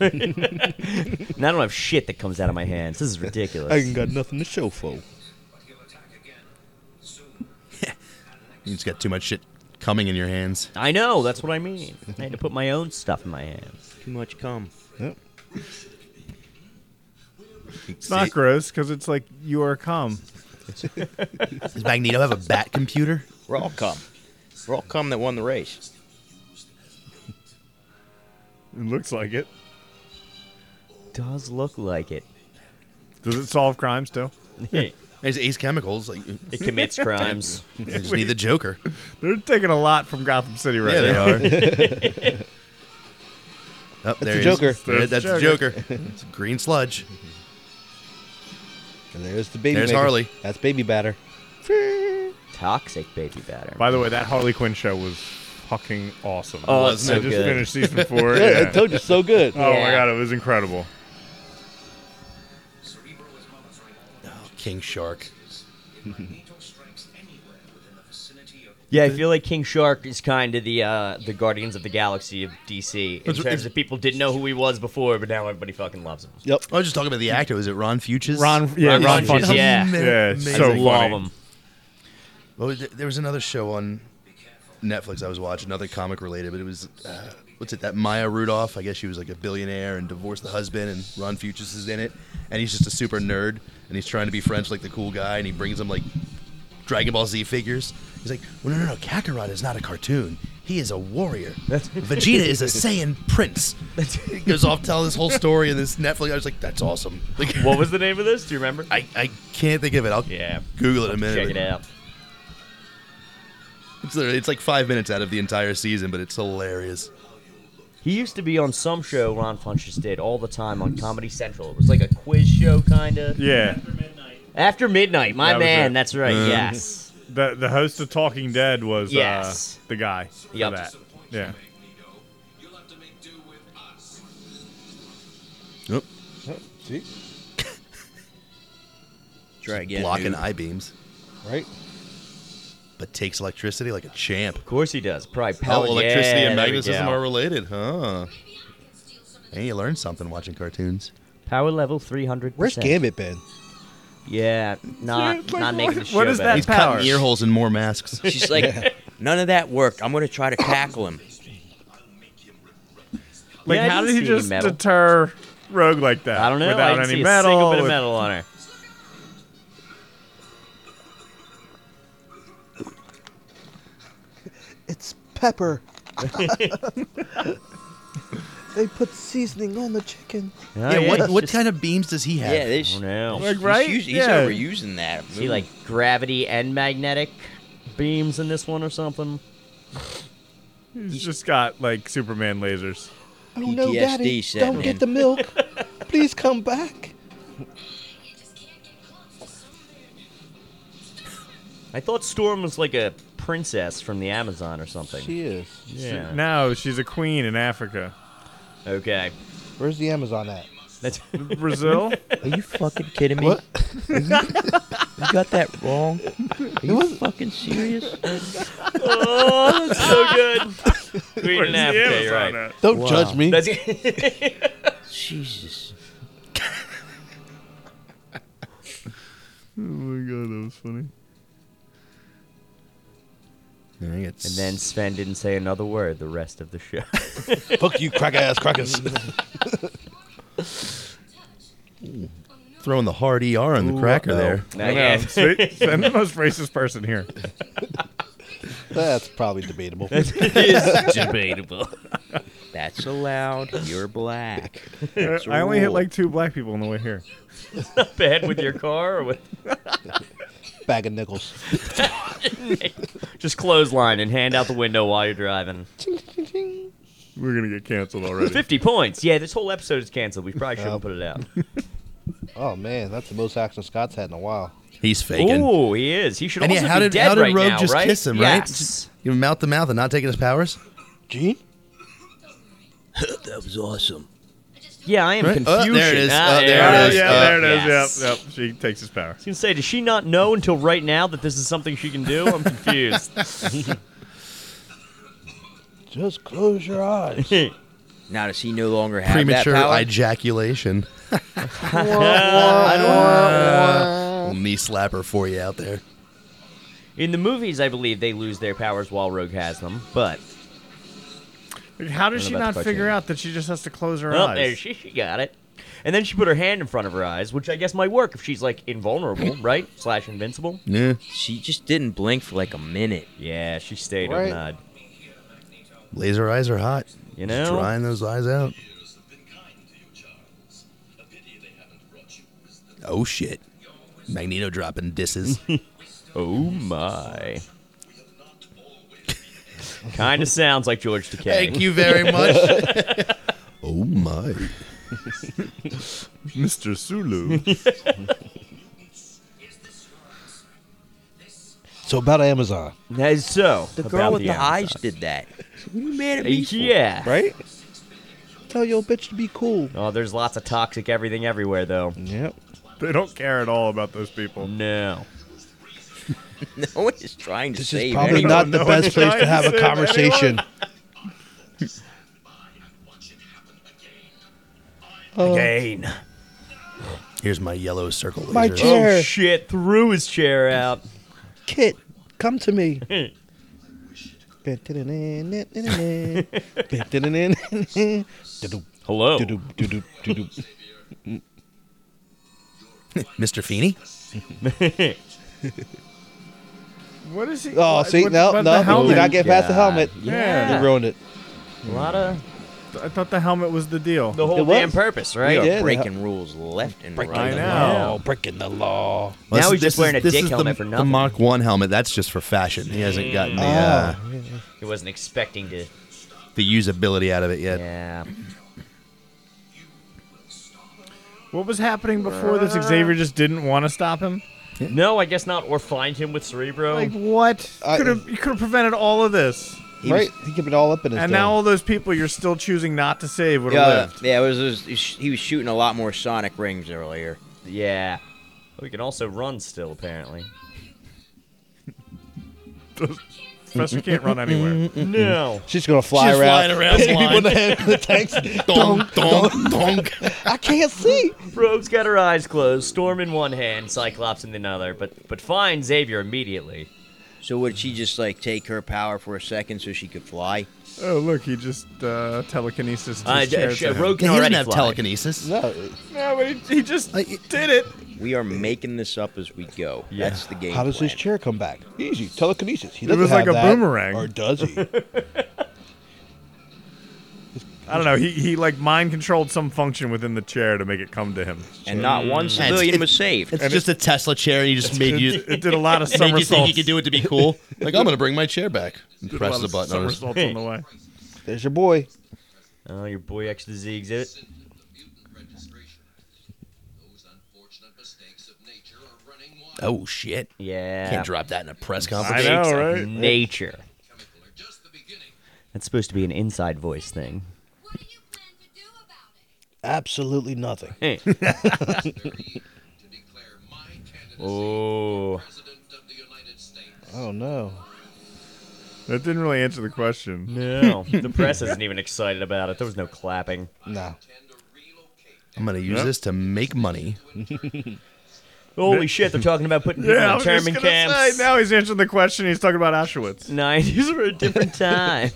F: And I don't have shit that comes out of my hands. This is ridiculous.
E: I ain't got nothing to show for.
D: You just got too much shit coming in your hands.
F: I know. That's what I mean. I had to put my own stuff in my hands.
J: Too much cum.
E: Yep.
G: It's not gross because it's like you are cum.
D: Does Magneto have a bat computer?
J: We're all cum. We're all cum that won the race.
G: It looks like it.
F: Does look like it.
G: Does it solve crimes still?
F: it
D: There's Ace Chemicals. Like, you
F: commits crimes.
D: just need the Joker.
G: They're taking a lot from Gotham City right
D: Yeah, they
G: now.
D: are. Oh, there
E: the
D: he is.
E: Joker.
D: There-
G: That's
D: That's the
G: Joker.
D: Joker. It's green sludge.
E: And there's the baby.
D: There's
E: maker.
D: Harley.
E: That's baby batter.
F: Toxic baby batter.
G: By the way, that Harley Quinn show was fucking awesome.
F: Oh, it's so
G: I just
F: good.
G: finished season four.
E: Yeah, I
G: yeah.
E: told you, so good.
G: Oh my
F: Yeah.
G: god, it was incredible.
D: Oh, King Shark.
F: Yeah, I feel like King Shark is kind of the uh, the Guardians of the Galaxy of DC in
D: That's-
F: terms of people didn't know who he was before, but now everybody fucking loves him.
E: Yep.
D: I was just talking about the actor. Was it Ron Fuches?
G: Ron, yeah, Ron,
F: Ron Funches,
G: Funches.
F: yeah.
G: Yeah,
D: Amazing.
G: it's
F: I
G: so
F: love
G: funny.
F: him.
D: What was it? There was another show on Netflix I was watching, another comic related, but it was uh, what's it? That Maya Rudolph. I guess she was like a billionaire and divorced the husband, and Ron Fuches is in it, and he's just a super nerd, and he's trying to be friends with like the cool guy, and he brings him like Dragon Ball Z figures. He's like, well, no, no, no, Kakarot is not a cartoon. He is a warrior. Vegeta is a Saiyan prince. He goes off telling this whole story in this Netflix. I was like, that's awesome. Like,
F: What was the name of this? Do you remember?
D: I, I can't think of it. I'll
F: Yeah.
D: Google it in a minute.
F: Check
D: but-
F: it out.
D: It's, literally- it's like five minutes out of the entire season, but it's hilarious.
F: He used to be on some show Ron Funches did all the time on Comedy Central. It was like a quiz show, kind of.
G: Yeah.
F: After midnight, my
G: That was
F: man.
G: it.
F: That's right. Yes.
G: The the host of Talking Dead was
F: Yes.
G: uh, the guy. for
F: Yep.
G: that. Yeah.
D: Yep.
E: See?
J: Try again.
D: Blocking
J: dude.
D: I beams,
E: right?
D: But takes electricity like a champ. Of
F: course he does. Probably
D: how
F: power-
D: electricity
F: yeah,
D: and
F: there we
D: magnetism
F: go.
D: are related, huh? Hey, you learn something watching cartoons.
F: Power level 300.
E: Where's Gambit been?
F: Yeah, not not making the show. babe.
D: He's cutting ear holes in more masks.
J: She's like, none of that worked. I'm gonna try to tackle him.
G: Like,
J: Yeah, I
G: how
J: didn't
G: did he
J: see any
G: just
J: metal.
G: deter Rogue like that?
F: I don't know.
G: Without
F: I didn't
G: any
F: see
G: metal.
F: a single bit of
G: with-
F: metal on her.
M: It's pepper. they put seasoning on the chicken.
D: yeah, what, what kind of beams does he have?
J: Yeah, they sh-
F: No.
J: Like, He's right? us- he's Yeah. overusing that.
F: See, like gravity and magnetic beams in this one or something.
G: He's just got like Superman lasers.
M: Oh no, Daddy!
G: PTSD
M: Don't
G: set in.
M: get the milk. Please come back.
F: I thought Storm was like a princess from the Amazon or something.
M: She is.
F: Yeah.
G: No, she's a queen in Africa.
F: Okay.
M: Where's the Amazon at?
F: That's
G: Brazil?
J: Are you fucking kidding me?
M: What?
J: Are you, you got that wrong? Are you fucking serious?
F: oh, that's so good. Queen
J: Where's
F: and
J: the
F: Africa,
J: Amazon
F: you're right.
J: at? Don't Wow. judge me.
F: That's-
J: Jesus.
G: Oh my god, that was funny.
F: And then Sven didn't say another word the rest of the show.
L: Fuck you, crack ass crackers.
D: Throwing the hard ER on the
G: Ooh,
D: cracker
G: uh-oh.
D: there.
G: I know. Sweet- Sven, the most racist person here.
M: That's probably debatable.
J: That's allowed. You're black. That's a
G: I only hit
J: rule.
G: like two black people on the way here.
F: Bad with your car or with
M: Bag of nickels.
F: Just clothesline and hand out the window while you're driving.
G: We're gonna get canceled already.
F: Fifty points. Yeah, this whole episode is canceled. We probably shouldn't put
M: Yep.
F: it out.
M: Oh man, that's the most action Scott's had in a while.
D: He's faking.
F: Ooh, he is. He should
D: and yeah,
F: also
D: how
F: be
D: did
F: dead
D: how did
F: right
D: Rogue
F: now,
D: just
F: right?
D: kiss him? Right?
F: Yes.
D: Just- you mouth to mouth and not taking his powers.
M: Gene.
L: that was awesome.
F: Yeah, I am
D: Right?
F: confused.
D: Oh, there it is.
F: Ah,
D: Oh, there it
F: it is.
D: is. Yeah,
G: Uh, there it is.
F: Yes.
G: Yep, yep. She takes his power.
F: I was gonna say, does she not know until right now that this is something she can do? I'm confused.
M: Just close your eyes.
J: Now does he no longer have
D: Premature
J: that power?
D: ejaculation. Little knee slapper for you out there.
F: In the movies, I believe they lose their powers while Rogue has them, but
G: Like, How does
F: I'm
G: she
F: about to
G: not
F: cut
G: figure
F: you.
G: out that she just has to close her
F: well,
G: eyes?
F: there she she got it. And then she put her hand in front of her eyes, which I guess might work if she's like invulnerable, right? Slash invincible.
D: Yeah.
J: She just didn't blink for like a minute.
F: Yeah, she stayed
J: Right.
F: on nod.
D: Laser eyes are hot.
F: You
D: Just
F: know?
D: drying those eyes out. Oh shit! Magneto dropping disses.
F: oh my! Kind of sounds like George Takei.
D: Thank you very much. oh my.
G: Mr. Sulu.
M: So about Amazon.
F: As so,
J: The girl with the, eyes did that. What are you mad at me? for?
F: Yeah.
M: Right? Tell your bitch to be cool.
F: Oh, there's lots of toxic everything everywhere, though.
M: Yep.
G: They don't care at all about those people.
F: No.
J: No one is trying to
M: This is
J: save
M: probably
J: anyone.
M: not the No best one's place to trying to have a save conversation. anyone.
F: Uh, Again.
D: Here's my yellow circle laser.
M: My chair.
F: Oh shit! Threw his chair out.
M: Kit, come to me. Oh. Hello.
D: Mr. Feeney.
G: What is he?
M: Oh,
G: what-
M: see,
G: what-
M: no,
G: but
M: no,
G: the
M: you did
G: helmet.
M: not get past the helmet.
F: Yeah.
M: You ruined it.
F: A lot of
G: I thought the helmet was the deal.
F: The whole damn purpose, right?
J: We are breaking rules left and
G: Breaking
J: right.
G: the I know. law,
J: breaking the law.
D: Well,
F: Now he's just
D: is-
F: wearing a
D: this
F: dick
D: is the-
F: helmet for
D: The
F: nothing.
D: Mach 1 helmet, that's just for fashion. He hasn't gotten the, uh,
F: He wasn't expecting to.
D: the usability out of it yet.
F: Yeah.
G: What was happening before this? Xavier just didn't want to stop him.
F: No, I guess not. Or find him with Cerebro.
G: Like what?
F: I-
G: Could have you could have prevented all of this,
M: right? he kept it all up in his.
G: And
M: dome.
G: now all those people you're still choosing not to save would have
J: yeah,
G: lived.
J: yeah. It was, it was- he was shooting a lot more sonic rings earlier.
F: yeah. We can also run still, apparently.
G: Professor can't run anywhere.
F: Mm-hmm. No.
M: She's gonna fly
G: She's
M: around,
G: flying around
M: hitting people in the
G: blind.
M: head with the tanks.
D: donk, donk, donk.
M: I can't see.
F: Rogue's got her eyes closed. Storm in one hand, Cyclops in the other. But but find Xavier immediately.
J: So would she just like take her power for a second so she could fly?
G: Oh look, he just uh, telekinesis.
J: Uh,
G: his
J: uh,
G: chair
J: sh-
G: to him.
J: Rogue can He doesn't already have fly. telekinesis.
M: No,
G: no, but he, he just did it.
J: We are making this up as we go. That's the game.
M: How does his chair come back? Easy, telekinesis. He
G: It
M: doesn't
G: was
M: have
G: like a
M: that,
G: boomerang.
M: or does he?
G: I don't know. He, he like mind controlled some function within the chair to make it come to him.
J: And not one
D: Mm.
J: civilian
D: It's-
J: was saved.
D: It's
G: And
D: just a Tesla chair, and you just made you.
G: it- it did a lot of
D: Made you think
G: somersaults.
D: you could do it to be cool. Like I'm gonna bring my chair back. And
G: Did a
D: press
G: lot
D: the
G: of
D: button. I was-
G: somersaults on the way.
M: There's your boy.
F: Oh, your boy X to the Z exhibit.
D: Oh shit!
F: Yeah.
D: Can't drop that in a press
F: I
D: conference.
F: know, right? Nature. That's supposed to be an inside voice thing.
M: Absolutely nothing.
F: Hey. oh.
M: oh no.
G: That didn't really answer the question.
F: No, the press isn't even excited about it. There was no clapping.
M: No.
D: I'm gonna use
F: Yep.
D: this to make money.
F: Holy shit, they're talking about putting people
G: Yeah, I
F: in
G: was just
F: internment
G: gonna
F: camps.
G: say, now he's answering the question. He's talking about Auschwitz.
F: Nineties were a different time.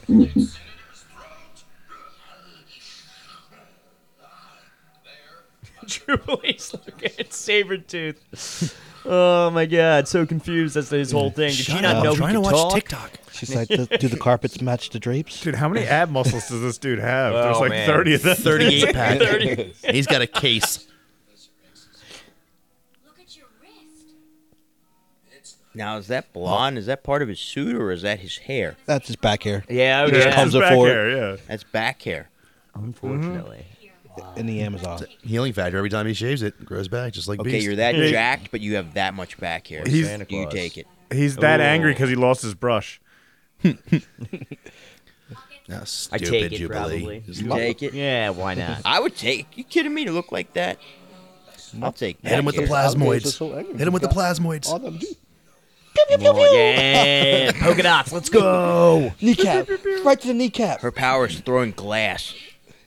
F: Julie's looking at Sabretooth. Oh my god, so confused as to his whole thing. Did she not know he could talk?
M: She's like, do, do the carpets match the drapes?
G: Dude, how many ab muscles does this dude have?
F: Oh,
G: There's like
F: man.
G: 30 of them.
D: 38 pack.
F: 30.
D: He's got a case.
J: Now is that blonde? Is that part of his suit or is that his hair?
M: That's his back hair.
F: Yeah,
M: He just comes up for it
G: yeah.
J: That's back hair.
F: Unfortunately.
M: in the Amazon.
D: Healing factor. Every time he shaves it, it grows back just like
J: Okay,
D: Beast.
J: you're that
G: Yeah.
J: jacked, but you have that much back hair.
G: He's-
J: Santa you take it.
G: He's that angry because he lost his brush.
D: Ah,
F: I
D: stupid
F: take it
D: Jubilee.
F: probably.
D: Just
J: You
D: love
J: take it.
F: Yeah, why not?
J: I would take. You kidding me to look like that? I'll take.
D: Hit him
J: back
D: with the
J: hair.
D: plasmoids. Hit him with the plasmoids.
M: All them do.
F: yeah, polka dots. Let's go.
M: Kneecap. right to the kneecap.
J: Her power is throwing glass.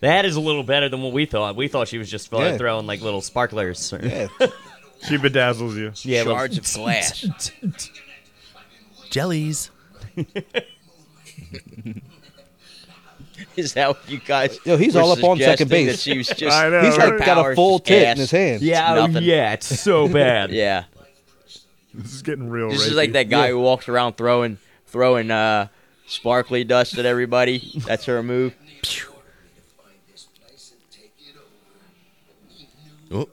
F: That is a little better than what we thought. We thought she was just throwing,
M: Yeah.
F: throwing like little sparklers. or-
M: Yeah.
G: She bedazzles you.
F: yeah well-
J: Shards of glass.
D: Jellies.
J: Is that what you guys?
M: Yo, he's all
J: were
M: up on second
J: suggesting
M: base.
J: That she was just,
G: I know,
M: He's
J: her
M: like got
J: power
M: a
J: is
M: full
J: just
M: tit
J: ass.
M: in his hand.
F: Yeah, oh,
J: Nothing.
F: yeah, it's so bad.
J: Yeah.
G: This is getting real.
J: This
G: rapey.
J: is like that guy who walks around throwing throwing uh, sparkly dust at everybody. That's her move.
D: Oh.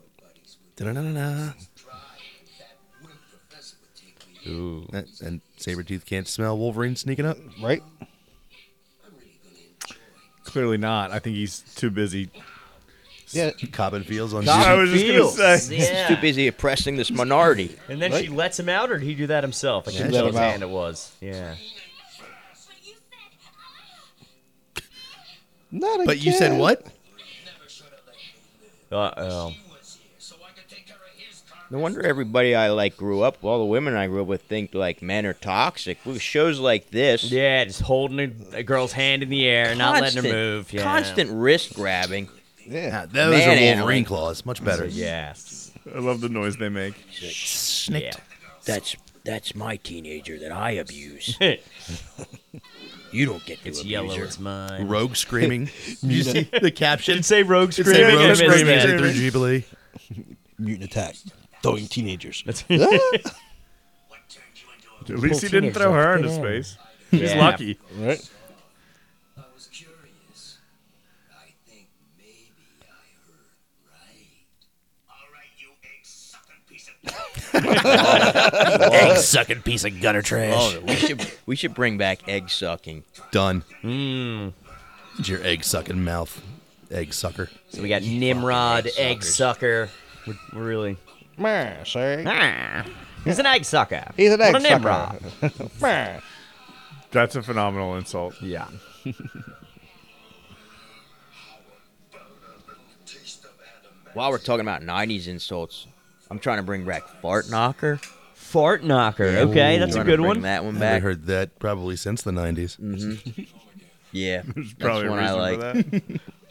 D: Da-na-na-na-na.
F: Ooh.
D: And- And Sabretooth can't smell Wolverine sneaking up.
M: Right?
G: Clearly not. I think he's too busy.
M: Yeah.
D: Cobbin feels on
F: Cobb
G: I was just gonna
F: feels,
G: say.
J: He's too
F: Yeah.
J: busy oppressing this minority.
F: And then she
M: Right?
F: lets him out, or did he do that himself? I
M: She
F: can't
M: let
F: tell
M: him
F: his
M: out.
F: hand it was. Yeah.
M: Not again.
D: But you said what?
F: Uh oh.
J: No wonder everybody I like grew up, all the women I grew up with, think like men are toxic. With shows like this,
F: Yeah, just holding a, a girl's hand in the air, not letting her
J: constant-
F: move. Yeah.
J: constant wrist grabbing.
M: Yeah.
D: Ah, those
J: Man
D: are Wolverine
J: handling.
D: claws. Much better.
F: Yes.
G: I love the noise they make.
F: Yeah.
J: That's that's my teenager that I abuse.
F: it's
J: You don't get to abuse
F: yellow.
J: her.
F: It's mine.
D: Rogue screaming. you see the caption?
F: Didn't say rogue screaming.
D: Say
F: I
D: Rogue
F: missed
D: screaming
F: that.
D: through Jubilee.
M: Mutant attack. Throwing teenagers.
G: At least he didn't
F: teenagers
G: throw her
F: off
G: into
F: the air.
G: space. He's
F: Yeah.
G: lucky.
M: right?
A: I was curious.
J: Egg
D: sucking piece of gutter trash.
J: Oh, we should we should bring back egg sucking.
D: Done. Mm. Your egg sucking mouth, egg sucker.
F: So we got Nimrod, egg sucker. We're, we're really.
M: Meh, sorry.
F: Ah, he's an egg sucker.
M: He's an egg
F: what a Nimrod.
M: sucker. Meh.
G: That's a phenomenal insult.
F: Yeah.
J: While we're talking about '90s insults, I'm trying to bring back fart knocker.
F: Fart knocker. Okay, that's a
J: Trying to
F: good
J: bring
F: one.
J: That one
D: Haven't
J: back.
D: heard that probably since the 90s.
F: Mm-hmm.
J: Yeah,
G: probably a
J: that's one I like.
G: reason for that.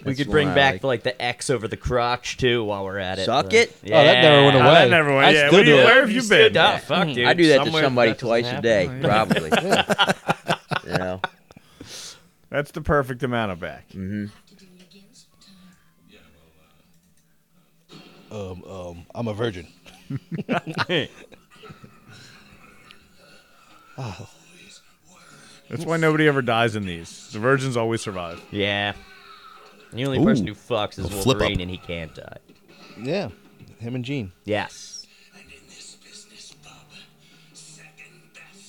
F: We
J: That's
F: could
J: one
F: bring
J: I
F: back
J: like.
F: like the X over the crotch too while we're at it.
J: Suck
F: So-
J: it?
F: Yeah.
J: Oh, that never went
G: Oh, that never went.
F: I
G: yeah,
F: still
G: what do
F: do
G: you,
F: it.
G: where have you
F: Still
G: been?
F: do it. Fuck, dude.
J: I do that
F: Somewhere
J: to somebody
F: that doesn't
J: twice a
F: happen.
J: day,
F: Oh, yeah.
J: probably. you know,
G: That's the perfect amount of back. Mm-hmm.
M: Um, um, I'm a virgin.
G: That's why nobody ever dies in these. The virgins always survive.
F: Yeah. The only
G: Ooh.
F: person who fucks is
G: A flip up.
F: Wolverine, and he can't die.
M: Yeah, him and Gene.
F: Yes.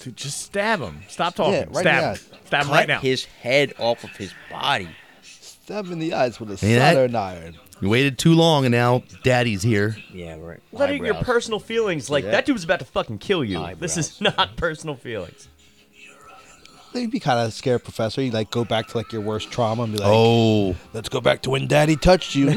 G: Dude, just stab him. Stop talking.
M: Yeah, right
G: stab
M: now.
G: him. Stab him
J: cut
G: right now.
J: his head off of his body.
M: Stab him in the eyes with a
D: Ain't that-
M: soldering iron.
D: You waited too long, and now Daddy's here.
J: Yeah, right.
F: Letting your personal feelings, like
D: Yeah.
F: that dude's about to fucking kill you. This is not personal feelings.
M: They'd be kind of scared, Professor. You like go back to like your worst trauma and be like,
D: oh,
M: let's go back to when Daddy touched you. No.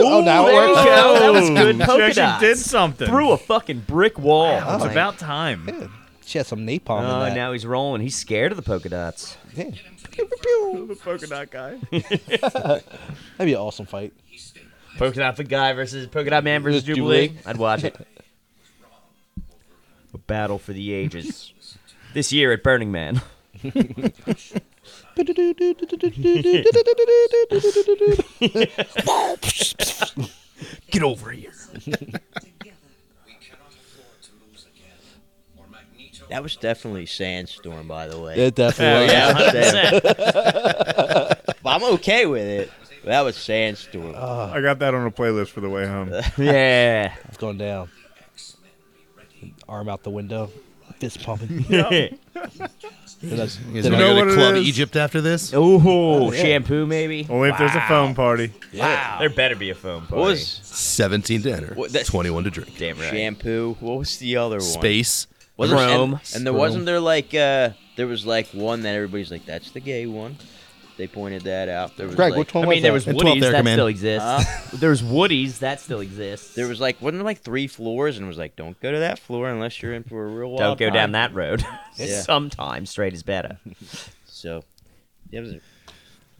M: oh, now it
F: there you
M: works.
F: go. That was good.
G: She
F: Polka
G: actually
F: dots.
G: did something.
F: Through a Oh. fucking brick wall.
G: Wow, it's about time.
M: Oh, She had some napalm
F: Oh,
M: in that.
F: now he's rolling. He's scared of the polka dots.
G: The polka dot guy.
M: That'd be an awesome fight.
F: Polka dot the guy versus polka dot man versus
M: Jubilee.
F: Jubilee. I'd watch it. a battle for the ages. this year at Burning Man.
D: Get over here.
J: That was definitely Sandstorm, by the way.
M: It
E: Oh,
M: definitely
J: Yeah,
M: was.
J: that was Sand- but I'm okay with it. That was Sandstorm.
G: I got that on a playlist for the way home.
F: yeah.
M: It's going down. Arm out the window, fist pumping.
F: Yeah.
M: Then that's-
D: You guys
M: then
D: wanna go
G: know
M: I-
D: to
G: what it
D: Club
G: is?
D: Egypt after this?
F: Oh,
M: yeah.
F: shampoo maybe.
G: Only if there's a
F: Wow.
G: phone party.
F: Wow. There better be a phone party.
J: was-
D: 17 to enter,
J: What, that-
D: 21 to drink.
F: Damn right.
J: Shampoo. What was the other one?
D: Space.
J: Was there-
F: Rome.
J: And, and there wasn't there like uh there was like one that everybody's like that's the gay one. They pointed that out. There was
M: Greg,
J: like,
M: which one
F: I mean, there was
M: that?
D: And 12
F: Woody's
D: there,
F: that
D: come in.
F: still exists.
J: Huh?
F: There's Woody's that still exists.
J: There was like wasn't there like three floors and it was like don't go to that floor unless you're in for a real wild
F: Don't go down
J: time."
F: that road.
J: Yeah.
F: Sometimes straight is better.
J: So yeah, was,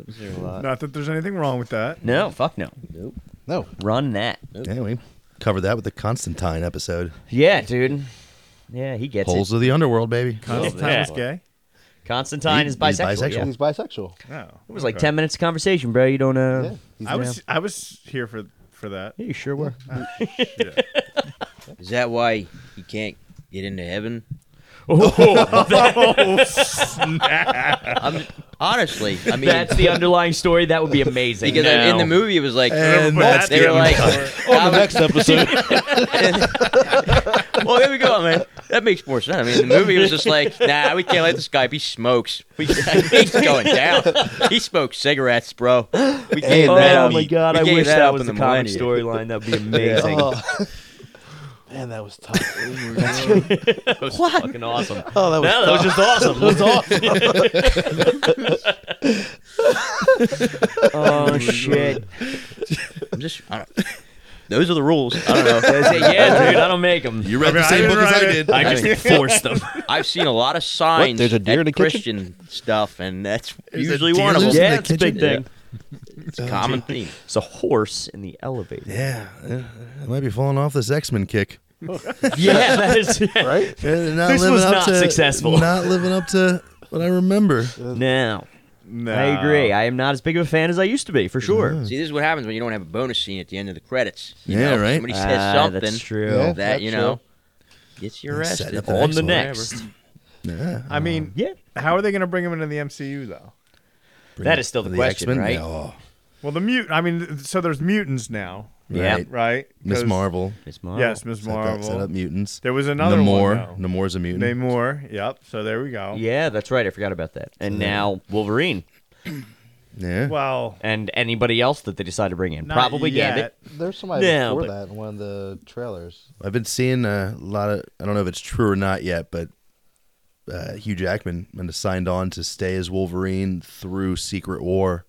J: was there a lot.
G: Not that there's anything wrong with that.
F: No, fuck no.
J: Nope.
M: No.
F: Run that.
D: Yeah, we covered that with the Constantine episode.
F: Yeah, dude. Yeah, he gets
D: Holes
F: it.
D: of the underworld, baby.
G: Constantine
F: Yeah.
G: was gay.
F: Constantine
D: He-
F: is
D: he's
F: bisexual.
D: bisexual.
F: yeah.
M: He's bisexual.
G: No.
F: It was like ten minutes of conversation, bro. You don't uh, know.
M: Yeah. He's
G: I was I was here for for that.
F: Yeah, you sure were.
J: Is that why he can't get into heaven?
G: Oh,
J: I'm, honestly, I mean,
F: That's the underlying story. That would be amazing.
J: because
F: No.
J: in the movie it was like
D: And
G: But
D: that's
G: that's
J: they were like,
D: getting done.
M: On the next episode.
J: well, here we go, man. That makes more sense. I mean, the movie was just like, nah, we can't let this guy. He smokes. We, he's going down. He smokes cigarettes, bro. We gave
F: oh
J: that up.
F: my god,
J: we
F: I
J: gave
F: wish
J: that,
F: that,
J: up
F: was
J: in
F: the
J: the
F: comic
J: millennium.
F: storyline. That would be amazing.
M: Oh. Man, that was tough.
F: That was fucking awesome.
M: Oh, that was
F: no, that was just awesome.
M: That was awesome.
F: oh shit.
J: I'm just. I don't, those are the rules. I don't know.
F: yeah, dude, I don't make them.
D: You read
G: I mean,
D: the
G: I
D: same
G: didn't
D: book as I
G: write it.
D: did.
F: I just forced them.
J: I've seen a lot of signs.
M: There's a deer
J: at
M: in the kitchen?
J: Christian stuff, and that's
D: There's a
J: usually
D: deer
J: one of them.
D: loose in
F: Yeah,
D: the
F: it's a
D: kitchen?
F: big thing.
J: It's a common theme.
F: It's a horse in the elevator.
D: Yeah, yeah, I might be falling off this X Men kick.
F: Yeah, that is
M: right?
D: Yeah, they're not
F: This
D: living
F: was
D: up
F: not
D: to-
F: successful.
D: Not living up to what I remember.
F: Now,
G: No.
F: I agree. I am not as big of a fan as I used to be, for sure.
J: See, this is what happens when you don't have a bonus scene at the end of the credits. You
D: Yeah,
J: know,
D: right.
J: Somebody says
F: Ah,
J: something
F: That's true.
M: Yeah.
J: that you
M: That's
J: know gets you
D: Set
J: arrested.
D: up
F: On the
D: one.
F: next,
D: Yeah,
G: I mean,
F: yeah,
G: how are they going to bring him into the MCU though?
F: that is still the, question,
D: X-Men?
F: right?
D: Yeah, oh.
G: Well, the mute. I mean, so there's mutants now,
F: Yeah.
D: Right.
G: Right?
D: Miss
G: 'Cause-
D: Marvel.
F: Miss
G: Yes, Miss
D: Set that-
G: Marvel.
D: Set, up mutants.
G: There was another one.
D: Namor.
G: though.
D: Namor's a mutant.
G: Namor. Yep. So there we go.
F: Yeah, that's right. I forgot about that. And
G: Yeah.
F: now Wolverine.
D: Yeah.
G: Wow.
F: And anybody else that they decide to bring in.
G: Not
F: Probably
G: yet.
F: Gambit.
M: There's somebody
F: No,
M: before
F: but-
M: that in one of the trailers.
D: I've been seeing a lot of. I don't know if it's true or not yet, but uh, Hugh Jackman might have signed on to stay as Wolverine through Secret War.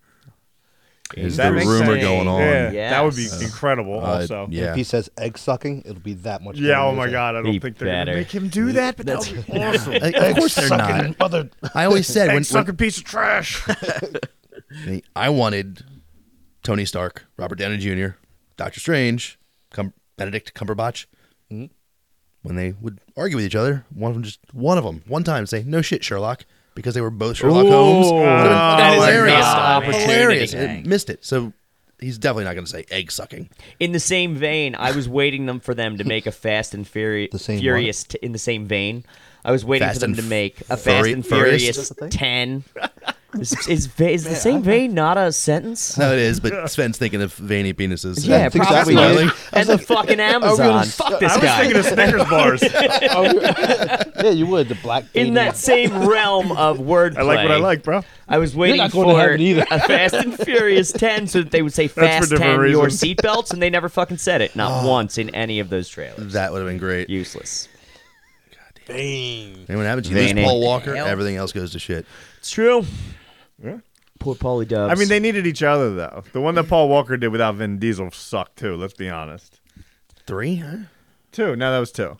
D: Is
G: That
D: the
G: makes
D: rumor
G: sense.
D: going on?
G: Yeah, that would be Yes. incredible
D: uh,
G: also.
D: yeah.
M: If he says egg sucking, it'll be that much.
G: Yeah,
M: more
G: oh my
M: amusing.
G: God, I don't He think they're gonna better. make him do that, but that would be awesome.
D: Like, of course they're
M: Egg-sucking
D: not.
M: mother-
D: I always said when,
G: Egg-sucking
D: when-
G: piece of trash.
D: I wanted Tony Stark, Robert Downey Jr., Doctor Strange, Cum- Benedict Cumberbatch. When they would argue with each other, one of them just one of them one time say "No shit, Sherlock," because they were both Sherlock
F: Ooh.
D: Holmes.
F: Oh,
D: Would've been fucking
F: that is a
D: hilarious!
F: missed
D: hilarious!
F: opportunity.
D: It missed it. So he's definitely not going to say egg sucking.
F: In the same vein, I was waiting them for them to make a Fast and Furious
D: same
F: Furious t- in the same vein. I was waiting
D: Fast
F: for them
D: and
F: to make a
D: Furi-
F: Fast and
D: Furious?
F: Furious ten. Is, is, ve- is the same vein not a sentence?
D: No, it is. But Sven's thinking of veiny penises.
F: Yeah,
D: That's
F: probably.
D: Really?
F: And the fucking Amazon. Fuck this guy.
M: yeah, you would. The black.
F: in that same realm of wordplay.
M: I like what I like, bro.
F: I was
M: You're
F: waiting
M: not going to
F: for
M: heaven either.
F: a Fast and Furious 10 so that they would say Fast 10
D: different
F: your
D: reasons.
F: seatbelts, and they never fucking said it. Not
D: Oh.
F: once in any of those trailers.
D: That would have been great.
F: Useless.
D: Dang. And what happens? You lose
F: Veiny.
D: Paul Walker.
F: Hell.
D: Everything else goes to shit.
F: It's true.
G: Yeah.
F: Poor Paulie Dubs.
G: I mean, they needed each other though. The one that Paul Walker did without Vin Diesel sucked too. Let's be honest.
D: Three? Huh?
G: Two? No, that was two.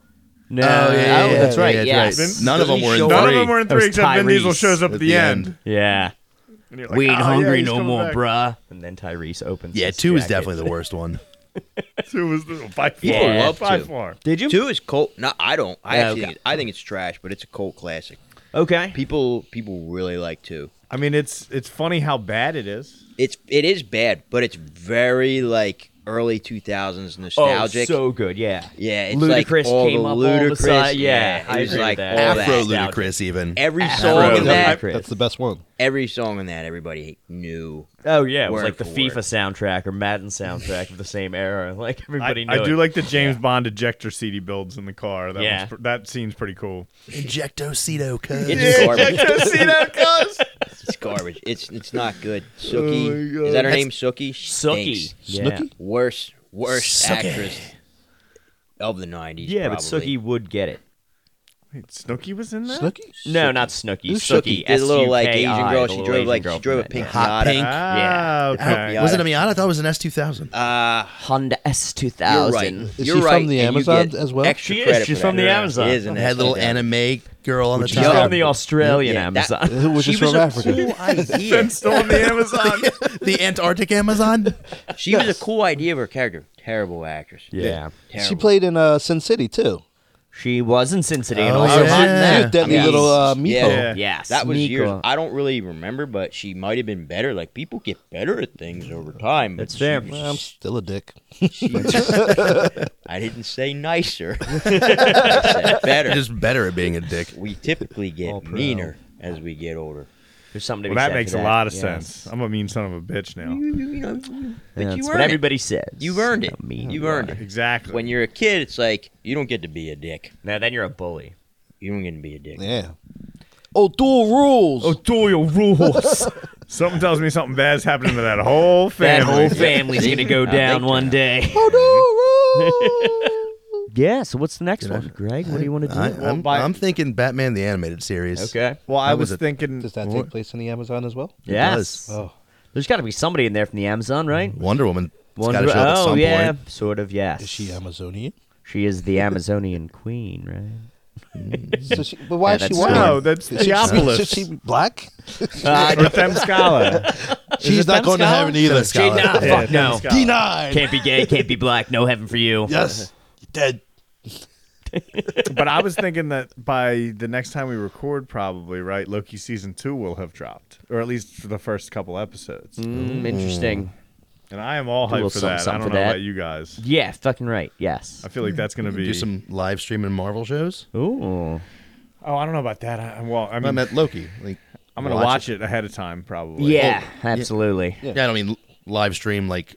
F: No, Oh, yeah, yeah, oh, yeah, that's yeah, right, that's yes. right.
G: Vin-
F: None of 'em
G: doesn't
F: were in
G: show- None of
F: three.
G: them were in
F: That
G: three
F: was
G: except Vin Diesel
F: Tyrese
G: shows up at the end.
F: Yeah.
G: And you're like,
F: we ain't
G: "Oh, yeah,
F: hungry
G: he's
F: no
G: coming
F: more,
G: back."
F: bruh. And then Tyrese opens.
D: Yeah,
F: his
D: two is
F: jacket.
D: definitely the worst one.
G: Two was by far.
J: People love
G: by
J: two.
G: far.
F: Did you?
J: Two is cult. No, I don't. I
G: Yeah,
J: actually,
G: okay.
J: think it- I think it's trash, but it's a cult classic.
F: Okay.
J: People, people really like two.
G: I mean, it's it's funny how bad it is.
J: It's it is bad, but it's very like early two thousands
D: Oh,
J: nostalgic.
F: Oh, so good, yeah.
J: yeah. It's
F: Ludacris
J: like all
F: came
J: the
F: up all of a
J: ludicrous.
F: sudden, yeah,
J: it
F: I
J: was
F: agree with
J: like
F: that.
J: all that.
D: Afro ludicrous, even
J: Every
D: Afro
J: song in that,
D: Ludacris. That's
M: the best one.
J: Every song in that, everybody knew.
F: Oh yeah, it was
J: word
F: like the
J: for
F: FIFA
J: word.
F: soundtrack or Madden soundtrack of the same era. Like everybody
G: I,
F: knew
G: I do
F: it.
G: like the James Bond ejector CD builds in the car. That
F: Yeah.
G: one's pr- that scene's pretty cool.
D: Injectocito, cuz.
J: It's just garbage.
G: cuz.
J: It's garbage. It's it's not good.
D: Oh
J: Sookie.
D: my God.
J: is that her
D: That's-
J: name? Sookie. She
F: Sookie.
J: stinks.
F: Yeah. Snooki?
J: Worst worst
F: Sookie.
J: actress of the nineties.
F: Yeah, but
J: probably.
F: Snooki would get it.
G: Wait, Snooki was in that.
F: No, not Snooki.
J: Who's
F: Snooki.
J: Snooki? The little, like,
F: S U K I,
J: Asian girl.
F: the
J: She
F: little
J: drove,
F: Asian
J: like,
F: girl
J: she drove
F: from
J: a
F: that
J: pink
F: era.
D: Hot
J: Miata.
D: pink.
F: Yeah.
G: Ah, okay.
D: Was it a Miata? I thought it was an S2000.
J: Uh,
F: Honda
J: you're
F: S2000.
J: right.
M: Is
J: You're
M: she
J: right,
M: from the
J: and you
M: Amazon
J: get
M: as well?
J: extra
F: She is.
J: credit
F: She's
J: for
F: from
J: that.
F: the
J: It
F: Amazon.
J: is an
D: Had little
J: extra credit.
D: anime girl on the
F: Which is from
D: top.
F: the Australian
J: Yeah, that-
F: Amazon.
M: Which
J: She
M: is
J: was
M: from
J: a
M: Africa.
J: cool idea.
G: Fence still in the Amazon.
D: the Antarctic Amazon.
J: She was a cool idea of her character. Terrible actress.
F: Yeah.
M: She
J: Terrible.
M: played in uh, Sin City too.
F: She was in Sin City and
M: Oh,
F: also
M: yeah.
F: Hot in that.
M: She was Deadly Little, uh, Miko.
J: Yeah.
F: Yes,
J: that was
F: Miko.
J: years. I don't really remember, but she might have been better. Like people get better at things over time. But
F: That's fair.
J: she was-
M: Well, I'm still a dick.
J: I didn't say nicer. I said better.
D: Just better at being a dick.
J: we typically get meaner as we get older.
F: There's something to
G: Well,
F: be said
G: that
F: for
G: makes a
F: that.
G: lot of
F: Yes.
G: sense. I'm a mean son of a bitch now.
J: But
F: That's
J: you
F: what
J: earned it.
F: everybody says.
J: You earned it.
F: Not me.
J: You earned it.
G: Exactly.
J: When you're a kid, it's like you don't get to be a dick.
F: Now then you're a bully.
J: You don't get to be a dick.
M: Yeah. Oh, dual rules.
F: Oh, dual rules.
G: Something tells me something bad's happening to that whole
F: that
G: family.
F: whole family's gonna go down one day. Yeah. So what's the next one, Greg? What do you want to do?
D: I, am thinking Batman the Animated Series.
F: Okay.
G: Well, I
D: That
G: was,
D: was a-
G: thinking.
M: Does that take place in the Amazon as well?
D: It
F: Yes.
D: does.
F: There's got to be somebody in there from the Amazon, right?
D: Wonder Woman. Wonder-
F: Wonder-
D: gotta show up at
F: oh
D: some
F: yeah,
D: point.
F: sort of. Yes.
M: Is she Amazonian?
F: She is the Amazonian queen, right?
M: So she, but why
F: Yeah,
M: is she
F: that's
M: white?
G: No, that's
M: Is she-
G: Theopolis.
M: Is she black?
G: Or Themyscira.
M: She's not going to heaven either.
F: She, nah,
G: Yeah,
F: fuck no.
G: Themyscira.
M: Denied.
F: Can't be gay. Can't be black. No heaven for you.
M: Yes. Dead.
G: But I was thinking that by the next time we record, probably right, Loki season two will have dropped, or at least for the first couple episodes.
F: Mm, interesting.
G: And I am all
F: Do a little
G: hyped for
F: something-
G: that. I
F: something
G: don't
F: for
G: know
F: that.
G: about you guys.
F: Yeah, fucking right. Yes.
G: I feel like that's going to be.
D: Do some live streaming Marvel shows.
F: Ooh.
G: oh, I don't know about that. I, I- well, I
D: I
G: mean,
D: met Loki. Like,
G: I'm going to watch it ahead of time, probably.
F: Yeah, absolutely.
D: Yeah. I don't mean live stream like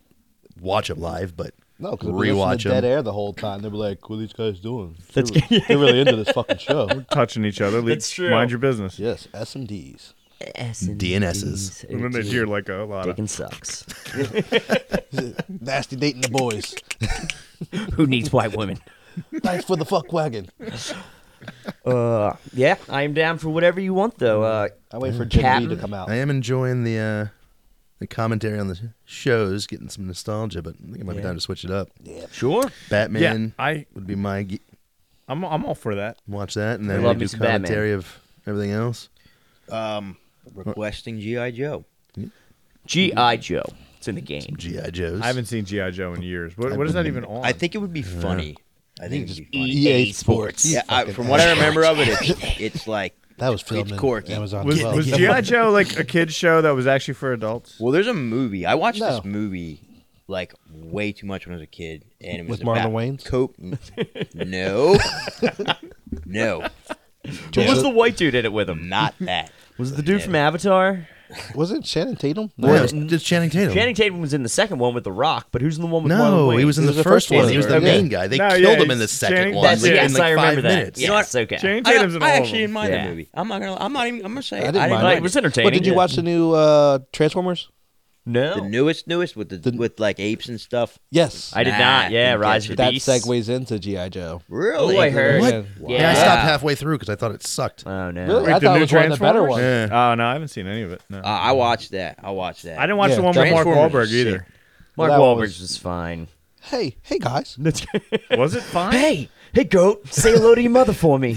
D: watch it live, but
E: No, because
D: rewatch them.
E: dead air the whole time. They were like, "What are these guys doing?"
G: That's
E: they're,
G: good.
E: they're really into this fucking show.
G: We're touching each other. Leave- That's true. mind your business.
E: Yes, S and Ds.
F: S
D: DNSs.
G: And then they hear like a lot of.
F: sucks.
E: Nasty dating the boys.
F: Who needs white women?
E: Thanks for the fuck wagon.
F: Uh, yeah, I am down for whatever you want, though. Uh,
E: I wait for Jim
F: Captain.
E: Lee to come out.
D: I am enjoying the uh, the commentary on the shows, getting some nostalgia, but I think it might be
G: Yeah.
D: time to switch it up. Yeah,
F: sure.
D: Batman
G: Yeah, I-
D: would be my. Ge-
G: I'm I'm all for that.
D: Watch that, and
F: I
D: then
F: love
D: we'll
F: me
D: do
F: some Batman.
D: commentary of everything else.
J: Um, requesting GI Joe.
F: G.I. Joe. It's in the game.
D: GI Joes.
G: I haven't seen GI Joe in years. What, what is that even on?
J: I think it would be funny. I think it would be funny.
E: EA Sports.
J: Yeah, I,
E: Fucking
J: from what I
E: asshole.
J: remember of it, it's, it's like
E: That was filmed
J: It's
E: in
J: corky.
E: Amazon.
G: was
E: Prime.
G: was GI Joe like a kids show that was actually for adults?
J: Well, there's a movie. I watched
E: No.
J: this movie like way too much when I was a kid, and it was
E: With Marlon
J: about
E: Wayans?
J: Cope. no, no,
F: Who was the white dude in it with him?
J: not that.
F: Was it the dude from Avatar?
E: Was it Shannon Tatum?
D: Well, it's, it's Channing Tatum.
F: Channing Tatum was in the second one with The Rock, but who's in the one with
D: no,
F: Marlon
D: he was in
F: Wayans?
D: the, first one. He was the
E: Okay.
D: main guy. They
G: No, yeah,
D: killed him in the
G: it's
D: second
G: Channing-
D: one.
F: That's,
D: like,
F: yes,
D: in like
F: I
D: five
F: remember that.
D: minutes.
J: You know
F: Yes, okay.
G: Channing
J: I,
G: Tatum's in all
J: I
G: of
J: actually
G: them.
J: didn't mind
F: Yeah.
J: the movie. I'm not gonna. I'm not even. I'm gonna say
E: I didn't mind
F: Like,
E: it.
F: it was
E: What
F: entertaining.
E: did you
F: yeah.
E: watch the new uh, Transformers?
F: No,
J: The newest, newest with the,
E: The-
J: with like apes and stuff.
E: Yes.
F: I did
J: Nah,
F: not. Yeah,
J: didn't
F: Rise
J: catch
F: of
J: it.
F: the
E: that
F: Beast.
E: segues into GI Joe.
J: Really?
F: Oh, I heard.
E: What?
D: Yeah, I stopped halfway through because I thought it sucked.
F: Oh no.
E: Really?
G: Wait,
E: I
G: the
E: thought
G: new
E: it was one of the better
G: Transformers?
E: ones.
D: Yeah.
G: Oh no, I haven't seen any of it. No.
J: Uh, I watched that. I watched that.
G: I didn't watch
E: yeah,
G: the one with Mark
J: Transformers
G: Wahlberg
J: is
G: either.
F: Mark
E: That
F: Wahlberg
E: was-
F: was... fine.
E: Hey, hey guys.
G: Was it fine?
F: Hey, hey, goat, say hello to your mother for me.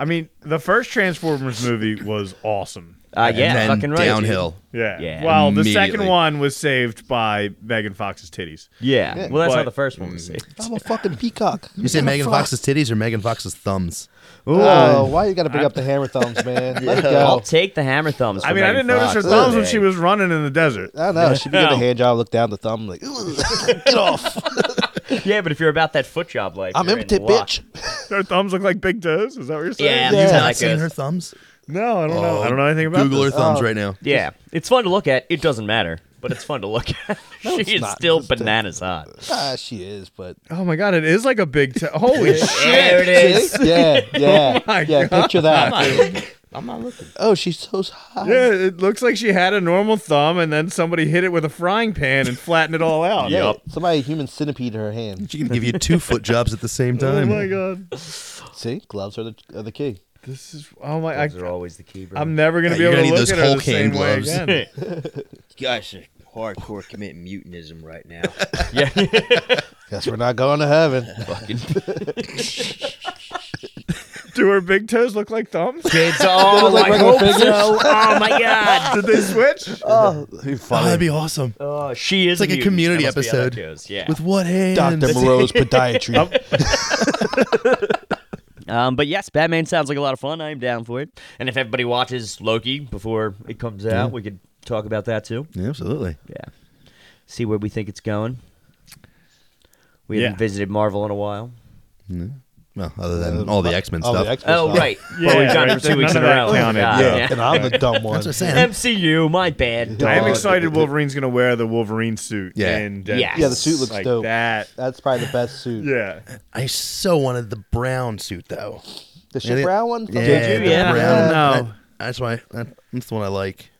G: I mean, the first Transformers movie was awesome.
F: Uh, yeah,
D: and then
F: fucking right. dude.
D: downhill.
G: Yeah.
F: Yeah.
G: Well, the second
D: Immediately.
G: one was saved by Megan Fox's titties.
F: Yeah. Well, that's how
G: But-
F: the first one was. saved.
E: I'm a fucking peacock.
D: You say Megan Fox's titties or Megan Fox's thumbs?
E: Oh, why you got to bring up the hammer thumbs, man? Let it
F: I'll
E: go.
F: take the hammer thumbs.
G: I
F: for
G: mean, I
F: Megan
G: didn't notice her
F: Fox.
G: thumbs when
F: Hey.
G: she was running in the desert.
E: I know. She'd be giving a hand job, look down the thumb, like, "Ugh, get off.
F: Yeah, but if you're about that foot job life,
E: I'm
F: you're in
E: impotent,
F: luck.
E: bitch.
G: Her thumbs look like big toes. Is that what you're
F: Yeah,
G: saying?
F: yeah.
E: Yeah.
D: Not
F: like
D: seeing
F: a-
D: her thumbs?
G: No, I don't
D: Oh,
G: know. I don't know anything about
D: Google her
G: this.
D: thumbs
E: Oh.
D: right now.
F: yeah. It's fun to look at. It doesn't matter, but it's fun to look at.
E: it's
F: she is
E: not.
F: still
E: It's the-
F: bananas hot.
E: Ah, she is, but
G: Oh my god, it is like a big toe. Holy
F: There it
G: shit!
F: is.
E: yeah, yeah,
G: my
E: yeah. Picture that.
J: I'm not looking.
E: Oh, she's so hot.
G: Yeah, it looks like she had a normal thumb, and then somebody hit it with a frying pan and flattened it all out.
E: Yeah, Somebody human centipede her hand.
D: She can give you two foot jobs at the same
G: Oh
D: time.
G: my god,
E: See, gloves are the are the key.
G: this is. Oh my. I,
F: Those are always the key, bro.
G: I'm never
D: Yeah,
G: gonna be
D: you're
G: able to
D: gonna need
G: look
D: those
G: at her
D: whole
G: the
D: cane
G: same way
D: gloves.
G: again.
J: You guys are hardcore committing mutinism right now.
F: yeah.
E: Guess we're not going to heaven.
G: Do her big toes look like thumbs?
F: Kids, oh,
E: like
F: I
E: regular
F: hope
E: fingers?
F: so. Oh my god.
G: Did they switch?
D: Oh, that'd be awesome.
F: Oh, she is
D: It's like a
F: mutant.
D: community
F: That must be how that
D: episode.
F: goes, Yeah.
D: With what hand?
E: Doctor Moreau's podiatry.
F: Um, but yes, Batman sounds like a lot of fun. I'm down for it. And if everybody watches Loki before it comes out, we could talk about that too.
D: Yeah, absolutely.
F: Yeah. See where we think it's going. We
G: Yeah.
F: haven't visited Marvel in a while.
D: Well, other than all the X Men
E: All the
D: stuff.
E: X-Men
F: Oh,
E: stuff.
F: right.
G: Yeah,
F: well, we've done
G: right,
F: it for two
G: none
F: weeks
G: of
F: in a
G: that
F: row.
G: counted,
F: God,
G: yeah.
E: And I'm the dumb one.
D: That's what I'm saying.
F: MCU, my bad.
G: I am
E: Dog.
G: excited. Wolverine's gonna wear the Wolverine suit.
D: Yeah.
G: And
F: Yes.
E: Yeah, the suit looks
G: like
E: dope.
G: that.
E: That's probably the best suit.
G: Yeah.
D: I so wanted the brown suit though. Yeah,
E: The shit brown one. from
D: Yeah,
E: Did
D: the
E: you?
F: Yeah.
D: brown.
G: No.
D: that- that's why. that- that's the one I like.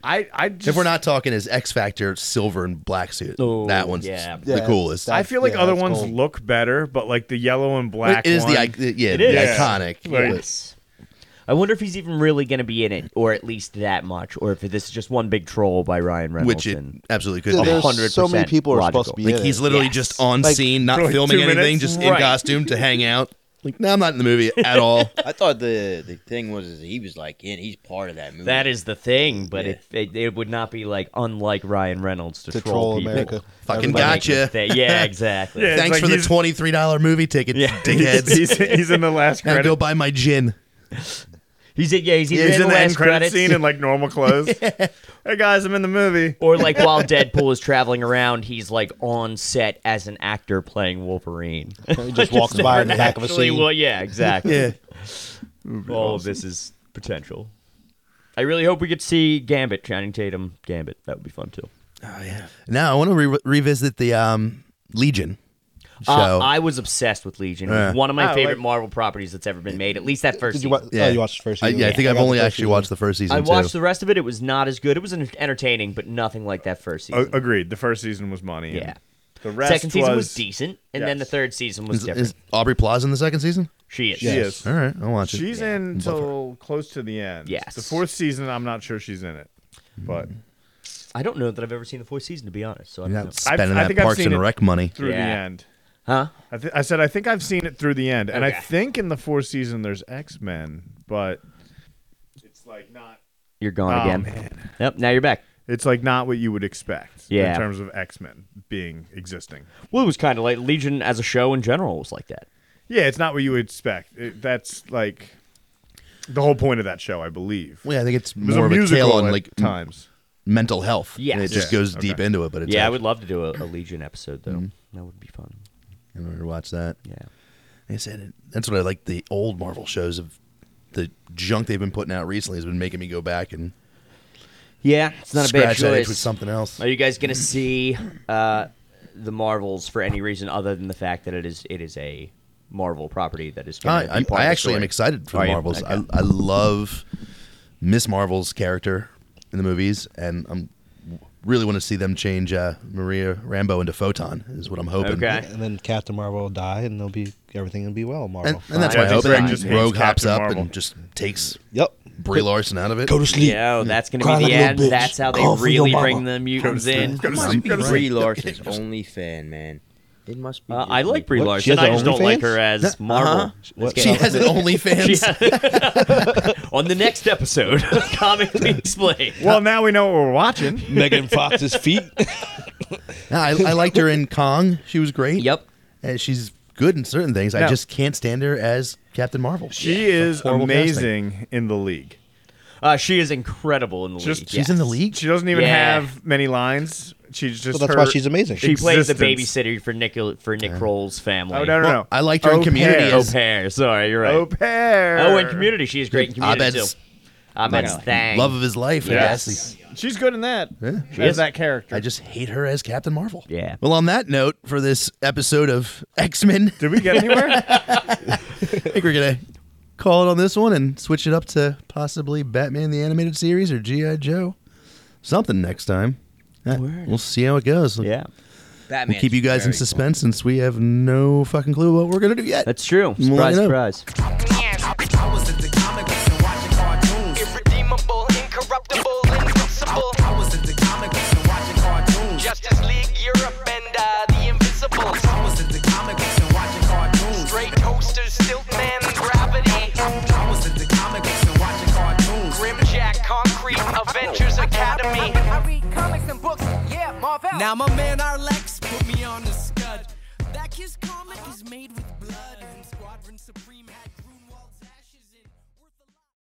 G: I I just
D: If we're not talking his X Factor silver and black suit,
F: Oh,
D: that one's
F: yeah.
D: the
E: Yeah,
D: coolest.
G: I feel like
E: yeah,
G: other
E: that's
G: ones
E: cool.
G: look better, but like the yellow and black.
D: it is
G: one,
D: the ic- yeah
F: It
D: the
F: is.
D: iconic.
G: Like-
D: but-
F: Yes. I wonder if he's even really going to be in it, or at least that much, or if this is just one big troll by Ryan Reynolds.
D: which it
F: and-
D: absolutely could
E: Dude,
D: be.
E: There's so many
F: 100%
E: people who are supposed
F: logical.
E: to be
D: Like
E: in
D: he's
E: it.
D: literally
F: Yes.
D: just on
E: Like,
D: scene, not
G: for like
D: filming
G: two
D: anything,
G: minutes?
D: just in
G: Right.
D: costume to hang out. Like, no, I'm not in the movie at all.
J: I thought the the thing was is he was like in. He's part of that movie.
F: That is the thing, but
J: Yeah.
F: it, it it would not be like unlike Ryan Reynolds to,
E: to troll
F: people.
E: America.
D: Fucking
F: But, like,
D: gotcha.
F: with that- yeah, exactly.
G: Yeah. It's
D: Thanks
G: like
D: for the
G: he's-
D: twenty three dollar movie ticket,
F: Yeah.
D: dickheads.
G: He's, he's in the last
D: now
G: credit.
D: go buy my gin.
F: He's in, yeah, he's, either
G: he's in the
F: last
G: end credit
F: credits,
G: scene in like normal clothes. Hey guys, I'm in the movie.
F: or like while Deadpool is traveling around, he's like on set as an actor playing Wolverine.
E: He just walks by in the back of a
F: Actually,
E: scene.
F: well, yeah, exactly.
D: Yeah.
F: All of this is potential. I really hope we get to see Gambit, Channing Tatum, Gambit. That would be fun too.
D: Oh yeah. Now I want to re- revisit the um, Legion show.
F: Uh, I was obsessed with Legion. It was
D: Yeah.
F: One of my
D: Oh,
F: favorite
D: like-
F: Marvel properties that's ever been made. At least that first.
M: Did you
F: season.
M: wa- oh, you watched the first
D: I-
M: season?
D: yeah, I think
M: I
D: I've
M: got the
D: only
M: first
D: actually
M: season.
D: watched the first season.
F: I watched
D: too.
F: the rest of it. It was not as good. It was en- entertaining, but nothing like that first season.
G: agreed. The first season was money.
F: Yeah.
G: The rest
F: Second season was
G: was-
F: decent, and then the third season was
D: Is-
F: different.
D: Is Aubrey Plaza in the second season?
F: She is.
G: She is.
D: All right, I'll watch it.
G: She's in until close to the end.
F: Yes. Mm.
G: The fourth season, I'm not sure she's in it, but
F: I don't know that I've ever seen the fourth season, to be honest. So I don't
D: You're
F: know.
D: not spending that
G: I've
D: Parks
G: seen
D: and
G: it
D: Rec money
G: through the
F: Yeah.
G: end.
F: Huh?
G: I, th- I said I think I've seen it through the end, and I
F: Okay.
G: think in the fourth season there's X Men, but it's like not.
F: You're gone
G: Oh,
F: again. Yep. Now you're back.
G: It's like not what you would expect
F: Yeah.
G: in terms of X Men being existing.
F: Well, it was kind of like Legion as a show in general was like that.
G: Yeah, it's not what you would expect. It, that's like the whole point of that show, I believe.
D: Well, yeah, I think it's
G: It was
D: more of a
G: musical
D: tale on
G: at
D: like m-
G: times.
D: mental health.
F: Yes.
D: And it just
F: Yeah,
D: goes
F: okay.
D: deep into it, but it's
F: yeah, I
D: actually-
F: would love to do a, a Legion episode though. That would be fun.
D: in order to watch that.
F: Yeah.
D: Like I said, it- that's what I like the old Marvel shows of the junk they've been putting out recently has been making me go back and
F: Yeah, it's not a bad
D: scratch that itch
F: choice.
D: with something else.
F: Are you guys gonna see uh, the Marvels for any reason other than the fact that it is it is a Marvel property that is?
D: I,
F: Gonna
D: I,
F: be part
D: I
F: of the
D: actually am
F: story?
D: excited for
F: Are
D: the
F: you?
D: Marvels.
F: Okay.
D: I, I love Miss Marvel's character in the movies, and I'm really want to see them change uh, Maria Rambo into Photon is what I'm hoping.
M: And then Captain Marvel will die, and they'll be everything will be well. Marvel.
D: And, and that's
M: Fine.
D: my hope.
M: Fine.
D: And then Rogue hops up and just takes
M: Yep.
D: Brie Larson out of it.
M: Go to sleep.
F: Yeah, that's gonna be the end. That's how they really bring the mutants in.
J: Brie Larson's only fan, man. It must be.
F: Uh, I like Brie
J: What? She has
F: Larson. I
J: an
F: just don't like
J: OnlyFans?
F: her as
J: No,
F: Marvel.
J: uh-huh.
F: Let's
J: What?
F: get
J: She
F: off
J: has
F: it.
J: an OnlyFans?
F: She has- on the next episode, of comically explained.
G: Well, now we know what we're watching.
D: Megan Fox's feet. No, I, I liked her in Kong. She was great. Yep. And she's good in certain things. I
G: No.
D: just can't stand her as Captain Marvel.
G: She
D: Yeah.
G: is
D: Horrible casting.
G: amazing in the league.
F: Uh, she is incredible in the league. yes.
D: league.
G: She doesn't even
F: Yeah.
G: have many lines. She's just.
M: Well, that's why
G: her
M: she's amazing.
F: She plays the
G: existence.
F: babysitter for Nick for Nick Kroll's family.
G: Oh, no, no, no.
D: I liked her in
F: Au
D: Community
F: pair.
D: as-
F: Au pair. Sorry, you're right.
G: Au pair.
F: Oh, in Community, she is great in Community
D: Abed's-
F: too. Abed's
D: Like,
F: thing.
D: Love of his life. I
F: Yes.
D: guess.
G: She's good in that.
D: Yeah.
G: She As is. that character.
D: I just hate her as Captain Marvel.
F: Yeah.
D: Well, on that note, for this episode of X Men,
G: did we get anywhere?
D: I think we're gonna call it on this one and switch it up to possibly Batman the Animated Series or GI Joe, something next time. Yeah, We'll see how it goes.
F: Yeah.
D: we'll keep you guys in suspense since we have no fucking clue what we're gonna do yet.
F: That's true.
D: We'll
F: Surprise,
D: let you know.
F: surprise.
C: I was at the comic books and watching cartoons. Irredeemable, incorruptible, invincible. I was at the comic books and watching cartoons. Justice League Europe and uh, the Invisibles. I was at the comic books and watching cartoons. Straight toasters, Stiltman, and Gravity. I was at the comic books and watching cartoons. Grimjack, Concrete, Avengers Academy.
B: I read comics and books, yeah, Marvel.
C: Now my man Arlex put me on the scud. That his comic is made with blood and Squadron Supreme had.